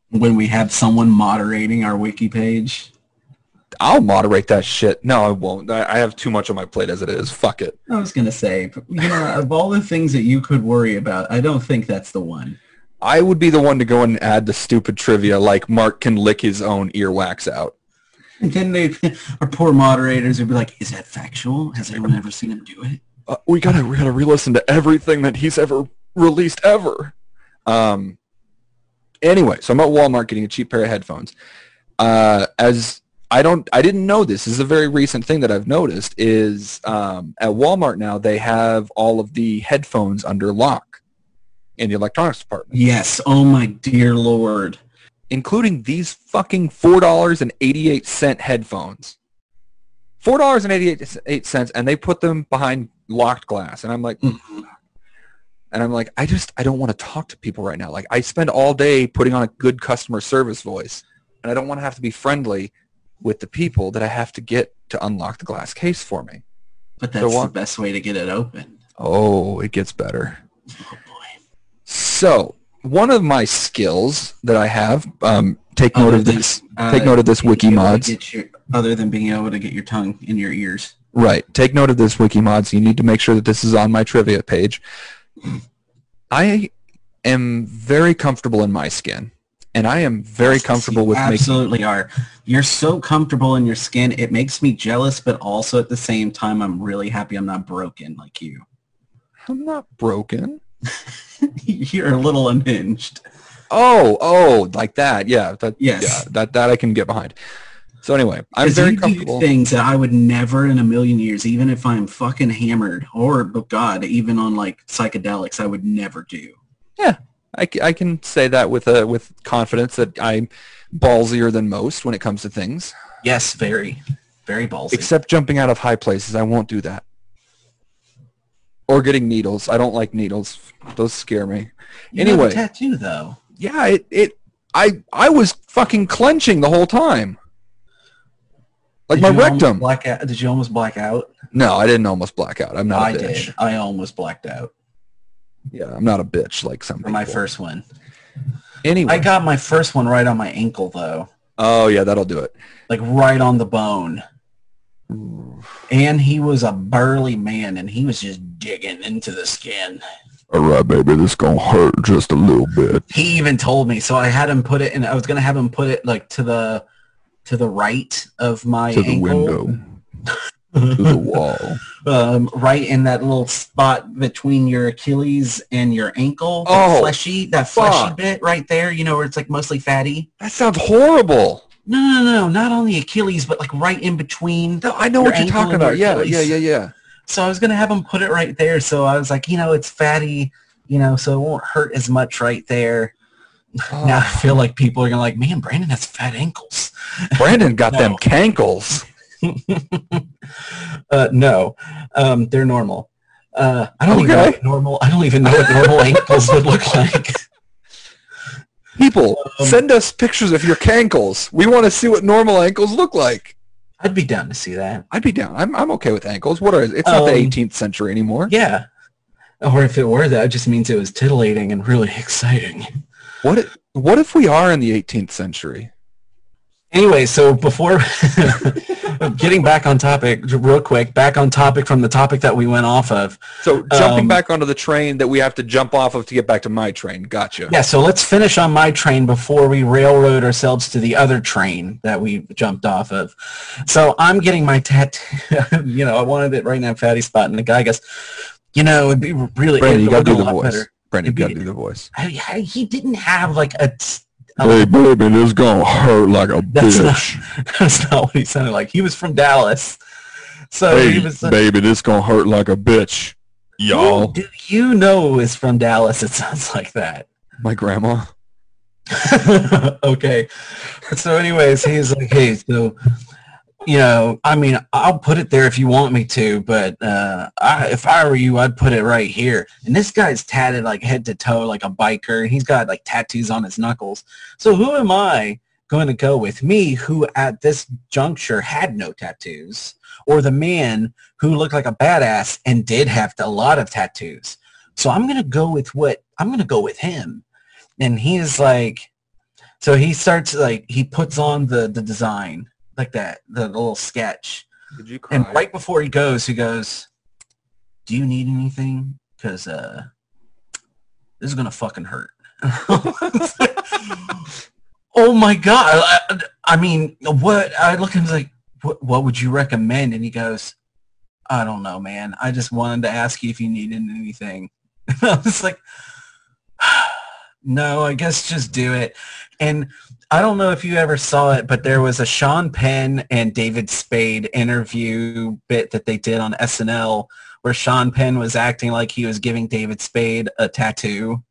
Speaker 2: When we have someone moderating our wiki page.
Speaker 1: I'll moderate that shit. No, I won't. I, I have too much on my plate as it is. Fuck it.
Speaker 2: I was gonna say, but, you know, of all the things that you could worry about, I don't think that's the one.
Speaker 1: I would be the one to go and add the stupid trivia like Mark can lick his own earwax out.
Speaker 2: And then they, our poor moderators would be like, "Is that factual? Has anyone ever seen him do it?"
Speaker 1: Uh, we gotta we gotta re-listen to everything that he's ever released ever. Um. Anyway, so I'm at Walmart getting a cheap pair of headphones. Uh, as I don't, I didn't know this. This is a very recent thing that I've noticed. Is um, at Walmart now they have all of the headphones under lock in the electronics department,
Speaker 2: Yes. Oh my dear lord.
Speaker 1: including these fucking four dollars and eighty-eight cent headphones. Four dollars and eighty-eight cents, and they put them behind locked glass. And I'm like.
Speaker 2: Mhm.
Speaker 1: and I'm like, I just I don't want to talk to people right now. Like I spend all day putting on a good customer service voice, and I don't want to have to be friendly with the people that I have to get to unlock the glass case for me.
Speaker 2: But
Speaker 1: So
Speaker 2: that's the
Speaker 1: what-
Speaker 2: best way to get it open.
Speaker 1: Oh, it gets better.
Speaker 2: Oh boy.
Speaker 1: So one of my skills that I have, um, take
Speaker 2: Other
Speaker 1: note of
Speaker 2: than,
Speaker 1: this.
Speaker 2: uh,
Speaker 1: take note of this
Speaker 2: being
Speaker 1: wiki
Speaker 2: able to
Speaker 1: mods.
Speaker 2: get your- other than being able to get your tongue in your ears.
Speaker 1: Right. Take note of this, Wikimods. You need to make sure that this is on my trivia page. I am very comfortable in my skin, and I am very comfortable with making
Speaker 2: absolutely are. You're so comfortable in your skin. It makes me jealous, but also at the same time, I'm really happy I'm not broken like you.
Speaker 1: I'm not broken.
Speaker 2: You're a little unhinged.
Speaker 1: Oh, oh, like that. Yeah, that.
Speaker 2: Yes.
Speaker 1: Yeah, that that I can get behind. So anyway, I'm
Speaker 2: 'Cause
Speaker 1: very
Speaker 2: you do
Speaker 1: comfortable.
Speaker 2: things that I would never in a million years, even if I'm fucking hammered or, but God, even on like psychedelics, I would never do.
Speaker 1: I, c- I can say that with uh, with confidence that I'm ballsier than most when it comes to things.
Speaker 2: Yes, very, very ballsy.
Speaker 1: Except jumping out of high places, I won't do that. Or getting needles. I don't like needles. Those scare me.
Speaker 2: You have a
Speaker 1: anyway.
Speaker 2: tattoo though.
Speaker 1: Yeah, it, it I I was fucking clenching the whole time. Like
Speaker 2: Did
Speaker 1: my
Speaker 2: you almost
Speaker 1: rectum.
Speaker 2: Black out, did you almost black out?
Speaker 1: no, I didn't almost black out. I'm not
Speaker 2: I
Speaker 1: a bitch.
Speaker 2: did. I almost blacked out
Speaker 1: Yeah, I'm not a bitch like some
Speaker 2: for my
Speaker 1: people.
Speaker 2: first one.
Speaker 1: Anyway.
Speaker 2: I got my first one right on my ankle though,
Speaker 1: oh yeah, that'll do it.
Speaker 2: like right on the bone. And he was a burly man, and he was just digging into the skin.
Speaker 1: All right, baby, this gonna hurt just a little bit.
Speaker 2: He even told me, so I had him put it, and I was gonna have him put it like to the to the right of my ankle,
Speaker 1: the wall.
Speaker 2: um, right in that little spot between your Achilles and your ankle. that
Speaker 1: Oh,
Speaker 2: fleshy, that fleshy
Speaker 1: fuck.
Speaker 2: bit right there. You know where it's like mostly fatty.
Speaker 1: That sounds horrible.
Speaker 2: No, no, no, not on the Achilles, but like right in between.
Speaker 1: No, I know
Speaker 2: Your
Speaker 1: what you're
Speaker 2: ankle
Speaker 1: talking
Speaker 2: and your
Speaker 1: about. Yeah,
Speaker 2: Achilles.
Speaker 1: yeah, yeah, yeah.
Speaker 2: So I was gonna have him put it right there. So I was like, you know, it's fatty, you know, so it won't hurt as much right there. Now I
Speaker 1: Oh,
Speaker 2: feel like people are gonna like, man, Brandon has fat ankles.
Speaker 1: Brandon got them
Speaker 2: No.
Speaker 1: cankles.
Speaker 2: Uh, no, um, they're normal. Uh, I don't even know
Speaker 1: Okay.
Speaker 2: what normal. I don't even know what normal ankles would look like.
Speaker 1: People,
Speaker 2: Um,
Speaker 1: send us pictures of your cankles. We want to see what normal ankles look like.
Speaker 2: I'd be down to see that.
Speaker 1: I'd be down. I'm, I'm okay with ankles. What are it's not the
Speaker 2: Um,
Speaker 1: 18th century anymore.
Speaker 2: Yeah. Or if it were that, it just means it was titillating and really exciting.
Speaker 1: What if, what if we are in the 18th century?
Speaker 2: Anyway, so before getting back on topic, real quick, back on topic from the topic that we went off of.
Speaker 1: So jumping
Speaker 2: Um,
Speaker 1: back onto the train that we have to jump off of to get back to my train. Gotcha.
Speaker 2: Yeah, so let's finish on my train before we railroad ourselves to the other train that we jumped off of. So I'm getting my tattoo. you know, I wanted it right now, fatty spot, and the guy goes, "You know, it'd be really
Speaker 1: Brandon, you
Speaker 2: it'd
Speaker 1: gotta do
Speaker 2: look a
Speaker 1: the
Speaker 2: lot
Speaker 1: voice.
Speaker 2: better."
Speaker 1: Brandon, you
Speaker 2: It'd
Speaker 1: gotta
Speaker 2: be-
Speaker 1: do the voice.
Speaker 2: I, I- he didn't have like a. t- a-
Speaker 1: baby, this gonna hurt like a
Speaker 2: That's not- that's not what he sounded like. He was from Dallas, so he was.
Speaker 1: baby, this gonna hurt like a bitch.
Speaker 2: Who Do you know is from Dallas? It sounds like that.
Speaker 1: My grandma.
Speaker 2: okay. So, anyways, he's like, hey, so, you know, I mean, I'll put it there if you want me to, but uh, I, if I were you, I'd put it right here. And this guy's tatted like head to toe like a biker. He's got like tattoos on his knuckles. So, who am I going to go with? Me, who at this juncture had no tattoos, or the man who looked like a badass and did have a lot of tattoos. So, I'm going to go with what I'm going to go with him and he's like so he starts like he puts on the the design like that the, the little sketch
Speaker 1: Did you
Speaker 2: and right before he goes he goes do you need anything because uh this is gonna fucking hurt oh my god I, I mean what i look at him he's like what, what would you recommend and he goes i don't know man i just wanted to ask you if you needed anything and i was like no i guess just do it and I don't know if you ever saw it, but there was a Sean Penn and David Spade interview bit that they did on SNL where Sean Penn was acting like he was giving David Spade a tattoo.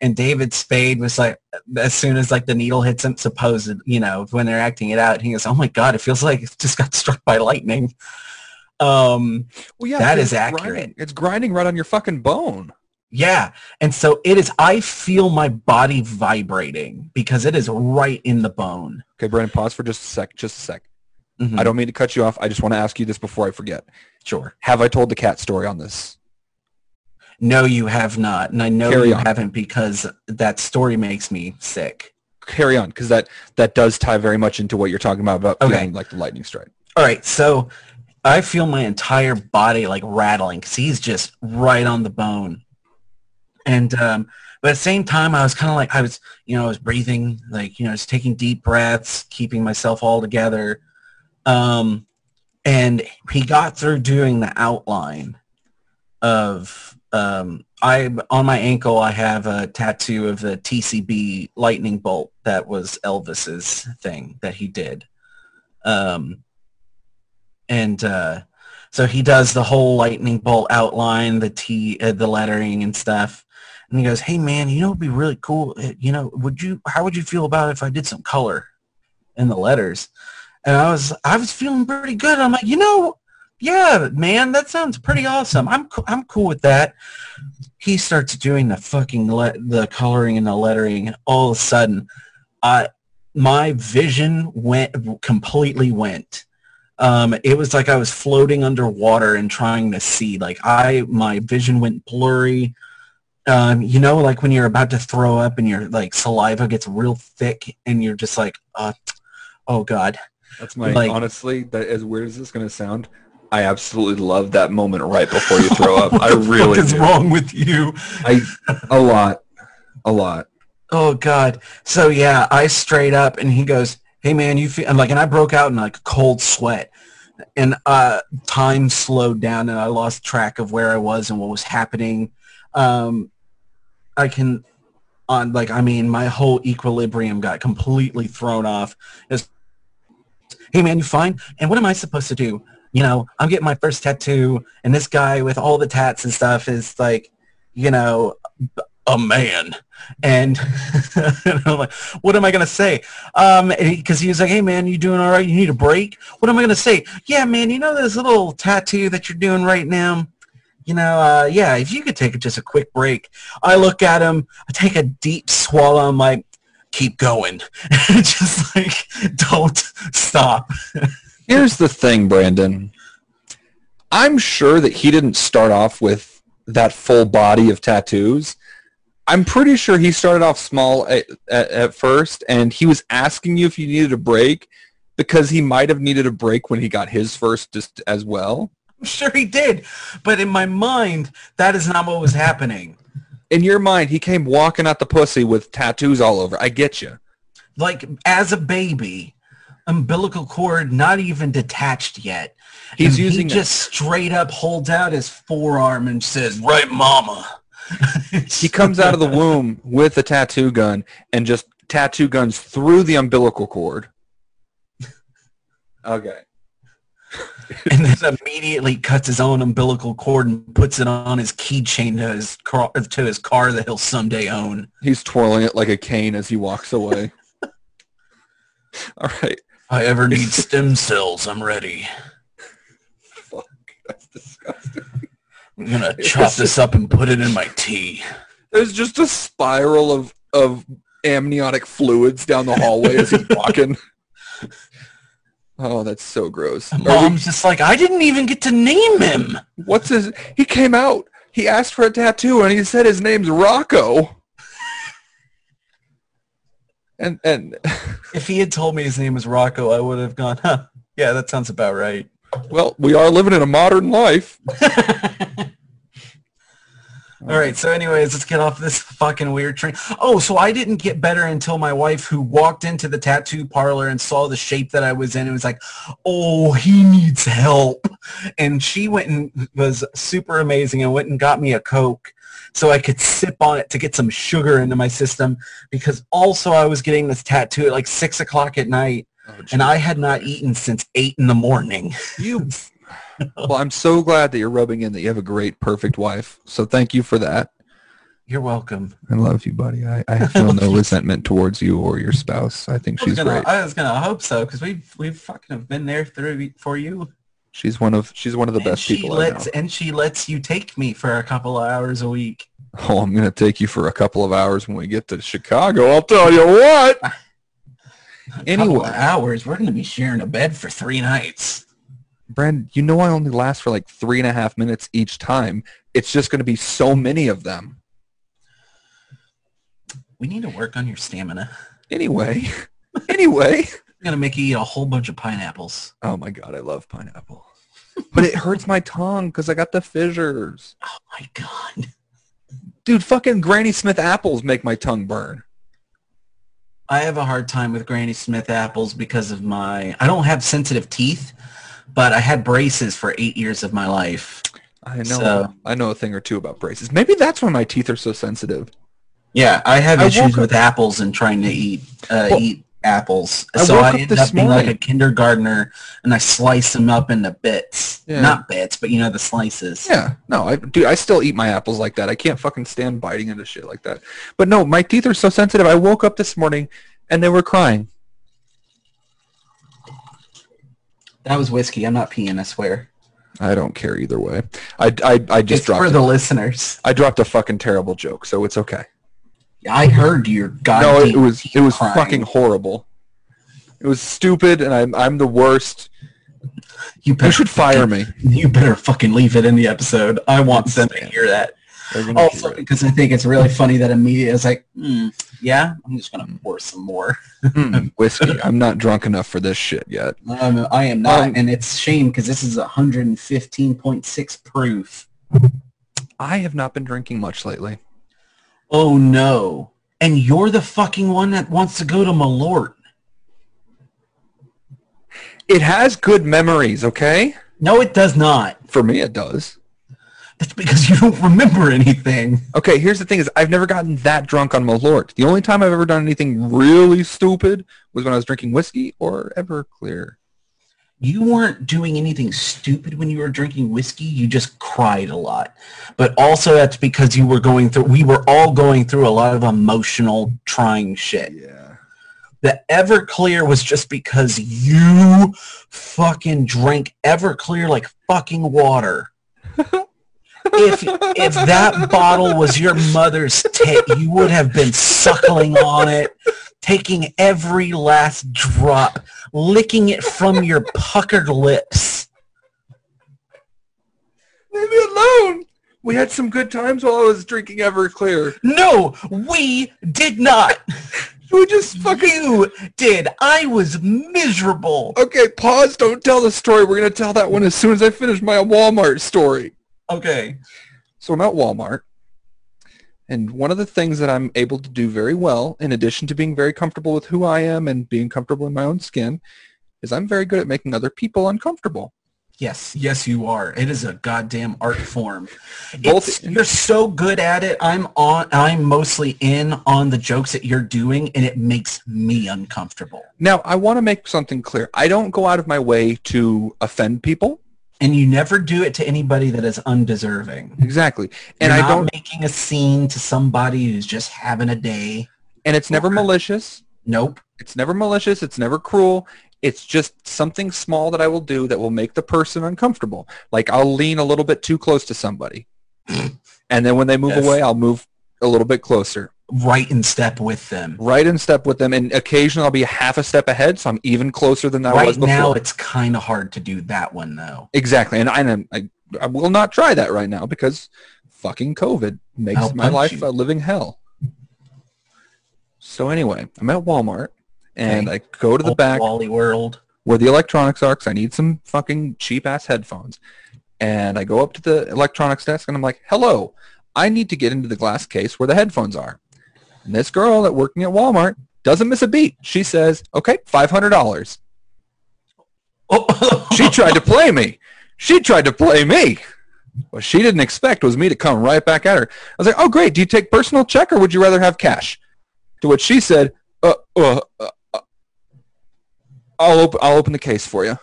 Speaker 2: And David Spade was like, as soon as like the needle hits him, supposed, you know, when they're acting it out, he goes, oh my God, it feels like it just got struck by lightning. Um,
Speaker 1: Well, Oh, yeah,
Speaker 2: That
Speaker 1: because
Speaker 2: is
Speaker 1: it's
Speaker 2: accurate.
Speaker 1: grinding- It's grinding right on your fucking bone.
Speaker 2: yeah. And so it is, I feel my body vibrating because it is right in the bone.
Speaker 1: Okay, Brandon, pause for just a sec. Just a sec.
Speaker 2: Mhm.
Speaker 1: I don't mean to cut you off. I just want to ask you this before I forget.
Speaker 2: sure.
Speaker 1: Have I told the cat story on this?
Speaker 2: No, you have not. And I know
Speaker 1: Carry
Speaker 2: you
Speaker 1: on.
Speaker 2: haven't because that story makes me sick.
Speaker 1: Carry on, because that that does tie very much into what you're talking about about
Speaker 2: Okay.
Speaker 1: feeling like the lightning strike.
Speaker 2: All right. So I feel my entire body like rattling because he's just right on the bone. And, um, but at the same time, I was kind of like, I was, you know, I was breathing, like, you know, just taking deep breaths, keeping myself all together. Um, and he got through doing the outline of, um, I, on my ankle, I have a tattoo of the TCB lightning bolt that was Elvis's thing that he did. Um, and uh, so he does the whole lightning bolt outline, the T, uh, the lettering and stuff. And he goes, "Hey man, you know it'd be really cool. uh, You know, would you? How would you feel about if I did some color in the letters?" And I was, I was feeling pretty good. I'm like, you know, yeah, man, that sounds pretty awesome. I'm, co- I'm cool with that. He starts doing the fucking le- the coloring and the lettering. And all of a sudden, I, my vision went completely went um, it was like I was floating underwater and trying to see. Like I, my vision went blurry. Um, you know, like when you're about to throw up and your like saliva gets real thick and you're just like, uh, oh god.
Speaker 1: That's my
Speaker 2: Like-
Speaker 1: honestly. That as weird as this is gonna sound, I absolutely love that moment right before you throw up. I really
Speaker 2: What is
Speaker 1: do.
Speaker 2: wrong with you?
Speaker 1: I a lot, a lot.
Speaker 2: Oh God. So yeah, I straight up and he goes, Hey man, you feel and like and I broke out in like a cold sweat. And uh time slowed down and I lost track of where I was and what was happening. Um I can on like I mean my whole equilibrium got completely thrown off. It's, hey man, you fine? And what am I supposed to do? You know, I'm getting my first tattoo and this guy with all the tats and stuff is like, you know, a man. And, and I'm like, what am I gonna say? Um, because he was like, "Hey man, you doing all right? You need a break." What am I gonna say? Yeah, man, you know this little tattoo that you're doing right now? you know, uh, yeah, if you could take just a quick break. I look at him, I take a deep swallow, I'm like, keep going. just like, don't stop.
Speaker 1: Here's the thing, Brandon. I'm sure that he didn't start off with that full body of tattoos. I'm pretty sure he started off small at, at, at first, and he was asking you if you needed a break because he might have needed a break when he got his first just as well.
Speaker 2: I'm sure he did, but in my mind, that is not what was happening.
Speaker 1: In your mind, he came walking out the pussy with tattoos all over. I get you.
Speaker 2: Like, as a baby, umbilical cord not even detached yet.
Speaker 1: He's
Speaker 2: And he
Speaker 1: using a-
Speaker 2: just straight up holds out his forearm and says, right, mama.
Speaker 1: He comes out of the womb with a tattoo gun and just tattoo guns through the umbilical cord. Okay.
Speaker 2: and then immediately cuts his own umbilical cord and puts it on his keychain to his car to his car that he'll someday own.
Speaker 1: He's twirling it like a cane as he walks away. all right.
Speaker 2: If I ever need stem cells, I'm ready.
Speaker 1: Fuck. That's disgusting.
Speaker 2: I'm gonna chop this up and put it in my tea.
Speaker 1: There's just a spiral of, of amniotic fluids down the hallway as he's walking. Oh, that's so gross. Are we-
Speaker 2: Mom's just like, I didn't even get to name him.
Speaker 1: What's his? He came out. He asked for a tattoo, and he said his name's Rocco. And and
Speaker 2: If he had told me his name was Rocco, I would have gone, huh? Yeah, that sounds about right.
Speaker 1: well, we are living in a modern life.
Speaker 2: All right. So, anyways, let's get off this fucking weird train. Oh, so I didn't get better until my wife, who walked into the tattoo parlor and saw the shape that I was in, and was like, "Oh, he needs help," and she went and was super amazing and went and got me a coke so I could sip on it to get some sugar into my system because also I was getting this tattoo at like six o'clock at night, and I had not eaten since eight in the morning.
Speaker 1: You. Well, I'm so glad that you're rubbing in that you have a great, perfect wife. So thank you for that.
Speaker 2: You're welcome.
Speaker 1: I love you, buddy. I, I feel no resentment towards you or your spouse. I think
Speaker 3: I was,
Speaker 1: she's
Speaker 3: gonna,
Speaker 1: great.
Speaker 3: I was gonna hope so because we've we've fucking have been there through for you.
Speaker 1: She's one of she's one of the
Speaker 2: and
Speaker 1: best
Speaker 2: she
Speaker 1: people I know.
Speaker 2: lets and she lets you take me for a couple of hours a week.
Speaker 1: Oh, I'm gonna take you for a couple of hours when we get to Chicago. I'll tell you what.
Speaker 3: Couple of
Speaker 1: Anyway,
Speaker 3: hours. We're gonna be sharing a bed for three nights.
Speaker 1: Brandon, you know I only last for like three and a half minutes each time. It's just going to be so many of them.
Speaker 2: We need to work on your stamina.
Speaker 1: Anyway, anyway.
Speaker 2: I'm gonna make you eat a whole bunch of pineapples.
Speaker 1: Oh my God, I love pineapple. But it hurts my tongue because I got the fissures.
Speaker 2: Oh my god.
Speaker 1: Dude, fucking Granny Smith apples make my tongue burn.
Speaker 2: I have a hard time with Granny Smith apples because of my I don't have sensitive teeth, but I had braces for eight years of my life.
Speaker 1: I know.
Speaker 2: So-
Speaker 1: I know a thing or two about braces. Maybe that's why my teeth are so sensitive.
Speaker 2: Yeah, I have
Speaker 1: I woke
Speaker 2: issues
Speaker 1: up- Mm-hmm.
Speaker 2: with apples and trying to eat uh,
Speaker 1: Well,
Speaker 2: eat apples.
Speaker 1: I
Speaker 2: so
Speaker 1: woke
Speaker 2: I
Speaker 1: up
Speaker 2: end
Speaker 1: this
Speaker 2: up being like
Speaker 1: morning-
Speaker 2: a kindergartner and I slice them up into bits.
Speaker 1: Yeah.
Speaker 2: Not bits, but you know the slices.
Speaker 1: Yeah, no, I dude, I still eat my apples like that. I can't fucking stand biting into shit like that. But no, my teeth are so sensitive. I woke up this morning and they were crying.
Speaker 3: That was whiskey. I'm not peeing. I swear.
Speaker 1: I don't care either way. I, I, I just
Speaker 3: it's
Speaker 1: dropped.
Speaker 3: for
Speaker 1: it.
Speaker 3: the listeners.
Speaker 1: I dropped a fucking terrible joke, so it's okay.
Speaker 3: I heard your
Speaker 1: no,
Speaker 3: goddamn.
Speaker 1: it was
Speaker 3: teeth
Speaker 1: it was
Speaker 3: crying.
Speaker 1: fucking horrible. It was stupid, and I'm I'm the worst.
Speaker 2: You
Speaker 1: You
Speaker 2: better
Speaker 1: should fire me.
Speaker 2: You better fucking leave it in the episode. I want them to hear that.
Speaker 1: They're gonna
Speaker 3: Also,
Speaker 1: hear it.
Speaker 3: because I think it's really funny that immediately I was like, hmm, yeah, I'm just gonna pour some more.
Speaker 1: Mm, whiskey. I'm not drunk enough for this shit yet.
Speaker 3: Um, I am not,
Speaker 1: Um,
Speaker 3: and it's a shame because this is 115.6 proof.
Speaker 1: I have not been drinking much lately.
Speaker 2: Oh no. And you're the fucking one that wants to go to Malort.
Speaker 1: It has good memories, okay?
Speaker 2: No, it does not.
Speaker 1: For me, it does.
Speaker 2: That's because you don't remember anything.
Speaker 1: Okay, here's the thing is I've never gotten that drunk on Malort. The only time I've ever done anything really stupid was when I was drinking whiskey or Everclear.
Speaker 2: You weren't doing anything stupid when you were drinking whiskey. You just cried a lot. But also that's because you were going through we were all going through a lot of emotional trying shit.
Speaker 1: Yeah.
Speaker 2: the Everclear was just because you fucking drank Everclear like fucking water. if if that bottle was your mother's tit, you would have been suckling on it, taking every last drop, licking it from your puckered lips.
Speaker 1: Leave me alone. We had some good times while I was drinking Everclear.
Speaker 2: No, we did not.
Speaker 1: We just fucking
Speaker 2: You did. I was miserable.
Speaker 1: okay. Pause. Don't tell the story. We're gonna tell that one as soon as I finish my Walmart story.
Speaker 2: Okay.
Speaker 1: So I'm at Walmart, and one of the things that I'm able to do very well, in addition to being very comfortable with who I am and being comfortable in my own skin, is I'm very good at making other people uncomfortable.
Speaker 2: Yes, yes, you are. It is a goddamn art form.
Speaker 1: Both-
Speaker 2: It's- you're so good at it. I'm on. I'm mostly in on the jokes that you're doing, and it makes me uncomfortable.
Speaker 1: Now, I want to make something clear. I don't go out of my way to offend people.
Speaker 2: And you never do it to anybody that is undeserving.
Speaker 1: Exactly. And
Speaker 2: And you're
Speaker 1: I
Speaker 2: not
Speaker 1: don't
Speaker 2: making a scene to somebody who's just having a day.
Speaker 1: and it's never malicious.
Speaker 2: Nope.
Speaker 1: It's never malicious. It's never cruel. It's just something small that I will do that will make the person uncomfortable. Like I'll lean a little bit too close to somebody. and then when they move
Speaker 2: Yes.
Speaker 1: away, I'll move a little bit closer,
Speaker 2: Right in step with them.
Speaker 1: right in step with them. And occasionally I'll be half a step ahead. So I'm even closer than I was
Speaker 2: right
Speaker 1: before.
Speaker 2: now, it's kind of hard to do that one though.
Speaker 1: exactly. And I, am- I, I will not try that right now because fucking COVID makes
Speaker 2: I'll
Speaker 1: my
Speaker 2: punch
Speaker 1: life
Speaker 2: you.
Speaker 1: a living hell. So anyway, I'm at Walmart and
Speaker 2: Okay.
Speaker 1: I go to the
Speaker 2: Old
Speaker 1: back.
Speaker 2: Wally World.
Speaker 1: where the electronics are because I need some fucking cheap ass headphones. And I go up to the electronics desk and I'm like, hello, I need to get into the glass case where the headphones are. And this girl that working at Walmart doesn't miss a beat. She says, okay, $500.
Speaker 2: Oh.
Speaker 1: She tried to play me. She tried to play me. What she didn't expect was me to come right back at her. I was like, oh, great. Do you take personal check or would you rather have cash? To which she said, uh, uh, uh, uh, I'll, op- I'll open the case for you.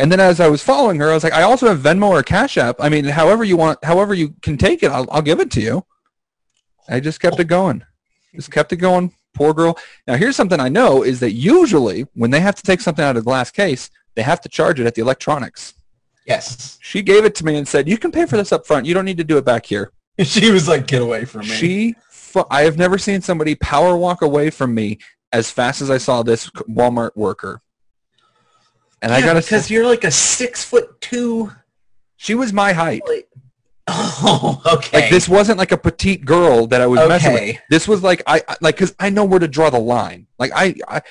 Speaker 1: And then as I was following her, I was like, I also have Venmo or Cash App. I mean, however you want, however you can take it, I'll, I'll give it to you. I just kept it going. Just kept it going. Poor girl. Now, here's something I know is that usually when they have to take something out of the glass case, they have to charge it at the electronics.
Speaker 2: yes.
Speaker 1: She gave it to me and said, "You can pay for this up front. You don't need to do it back here."
Speaker 2: She was like, "Get away from me."
Speaker 1: She, fu- I have never seen somebody power walk away from me as fast as I saw this Walmart worker. And I
Speaker 2: Yeah,
Speaker 1: gotta,
Speaker 2: because
Speaker 1: say,
Speaker 2: you're like a six foot two.
Speaker 1: she was my height.
Speaker 2: Oh, okay.
Speaker 1: Like this wasn't like a petite girl that I was messing with.
Speaker 2: Okay.
Speaker 1: This was like I I- like because I know where to draw the line. Like I, I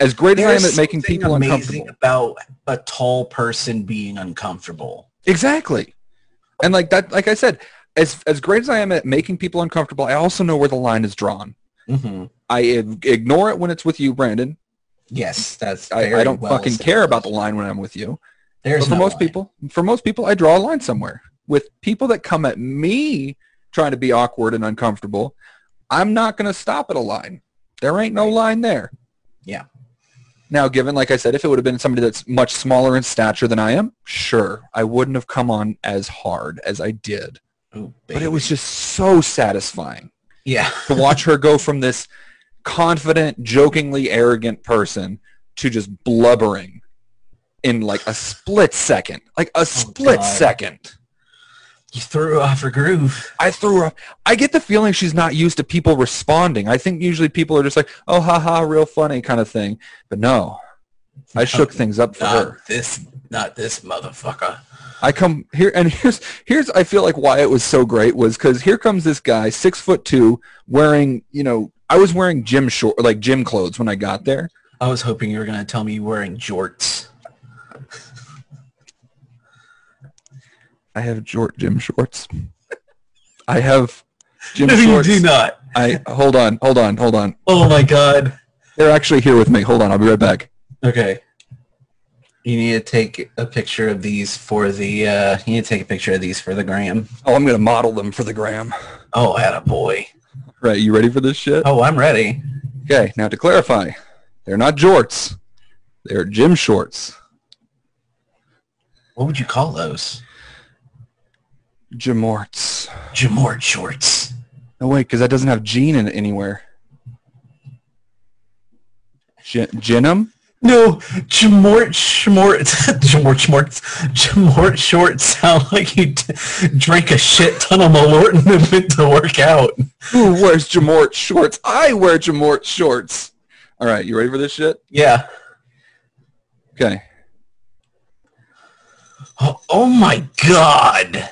Speaker 1: as great as I am at
Speaker 2: There's
Speaker 1: making
Speaker 2: something
Speaker 1: people
Speaker 2: amazing
Speaker 1: uncomfortable.
Speaker 2: About a tall person being uncomfortable.
Speaker 1: Exactly. And like that, like I said, as as great as I am at making people uncomfortable, I also know where the line is drawn.
Speaker 2: Mm-hmm.
Speaker 1: I ig- ignore it when it's with you, Brandon.
Speaker 2: Yes, that's.
Speaker 1: I,
Speaker 2: very
Speaker 1: I don't
Speaker 2: well
Speaker 1: fucking
Speaker 2: said.
Speaker 1: care about the line when I'm with you.
Speaker 2: There's
Speaker 1: but for
Speaker 2: no
Speaker 1: most
Speaker 2: line.
Speaker 1: people, for most people, I draw a line somewhere. With people that come at me trying to be awkward and uncomfortable, I'm not going to stop at a line. There ain't no line there.
Speaker 2: Yeah.
Speaker 1: Now, given, like I said, if it would have been somebody that's much smaller in stature than I am, sure, I wouldn't have come on as hard as I did.
Speaker 2: Ooh,
Speaker 1: but
Speaker 2: baby.
Speaker 1: it was just so satisfying
Speaker 2: Yeah.
Speaker 1: to watch her go from this confident, jokingly arrogant person to just blubbering in like a split second. Like a split
Speaker 2: God.
Speaker 1: second.
Speaker 2: You threw off her groove.
Speaker 1: I threw her. I get the feeling she's not used to people responding. I think usually people are just like, "Oh, ha ha, real funny" kind of thing. But no, I shook things up for her.
Speaker 2: Not this. Not this motherfucker.
Speaker 1: I come here and here's here's I feel like why it was so great was because here comes this guy six foot two wearing you know I was wearing gym short like gym clothes when I got there.
Speaker 2: I was hoping you were gonna tell me you were wearing jorts.
Speaker 1: I have short gym shorts. I have gym
Speaker 2: No, you
Speaker 1: shorts.
Speaker 2: do not.
Speaker 1: I hold on, hold on, hold on.
Speaker 2: Oh my god.
Speaker 1: They're actually here with me. Hold on, I'll be right back.
Speaker 2: Okay. You need to take a picture of these for the. Uh, you need to take a picture of these for the gram.
Speaker 1: Oh, I'm gonna model them for the gram.
Speaker 2: Oh, attaboy.
Speaker 1: Right, you ready for this shit?
Speaker 2: Oh, I'm ready.
Speaker 1: Okay, now to clarify, they're not jorts. They're gym shorts.
Speaker 2: What would you call those?
Speaker 1: Gymorts.
Speaker 2: Jamort shorts.
Speaker 1: No, wait, because that doesn't have gene in it anywhere. Gen- Genum?
Speaker 2: No, Jamort Shmort, Jamort Shmort, Jamort Short sound like you d- drank a shit ton of Malorton and went to work out.
Speaker 1: Who wears Jamort shorts? I wear Jamort shorts. All right, you ready for this shit?
Speaker 2: Yeah.
Speaker 1: Okay.
Speaker 2: Oh, oh my god.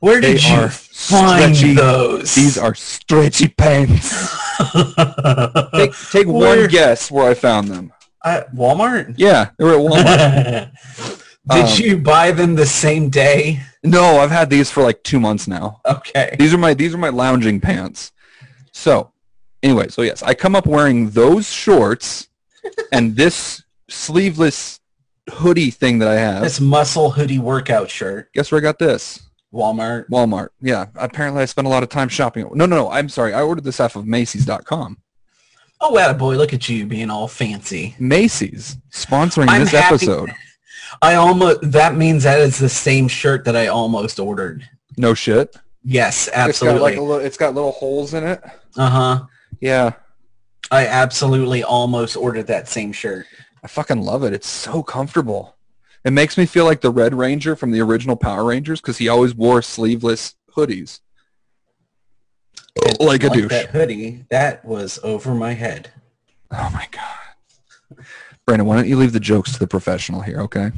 Speaker 2: Where did
Speaker 1: They
Speaker 2: you
Speaker 1: are
Speaker 2: find
Speaker 1: stretchy.
Speaker 2: those?
Speaker 1: These are stretchy pants. take take
Speaker 2: Where-
Speaker 1: one guess where I found them.
Speaker 2: At Walmart?
Speaker 1: Yeah, they were at Walmart.
Speaker 2: Did
Speaker 1: Um,
Speaker 2: you buy them the same day?
Speaker 1: no, I've had these for like two months now.
Speaker 2: Okay.
Speaker 1: These are my these are my lounging pants. So, anyway, so yes, I come up wearing those shorts and this sleeveless hoodie thing that I have.
Speaker 2: This muscle hoodie workout shirt.
Speaker 1: Guess where I got this?
Speaker 2: Walmart.
Speaker 1: Walmart. Yeah. Apparently, I spent a lot of time shopping. No, no, no. I'm sorry. I ordered this off of Macy's.com.
Speaker 2: Oh, wow, boy, look at you being all fancy.
Speaker 1: Macy's sponsoring
Speaker 2: I'm
Speaker 1: this
Speaker 2: happy-
Speaker 1: episode.
Speaker 2: I almost that means that is the same shirt that I almost ordered.
Speaker 1: No shit. It's
Speaker 2: Yes,
Speaker 1: got like
Speaker 2: absolutely.
Speaker 1: a little. It's got little holes in it.
Speaker 2: uh-huh.
Speaker 1: Yeah.
Speaker 2: I absolutely almost ordered that same shirt.
Speaker 1: I fucking love it. It's so comfortable. It makes me feel like the Red Ranger from the original Power Rangers because he always wore sleeveless hoodies. Like a
Speaker 2: Like
Speaker 1: douche.
Speaker 2: That hoodie, that was over my head.
Speaker 1: Oh my god. Brandon, why don't you leave the jokes to the professional here, okay?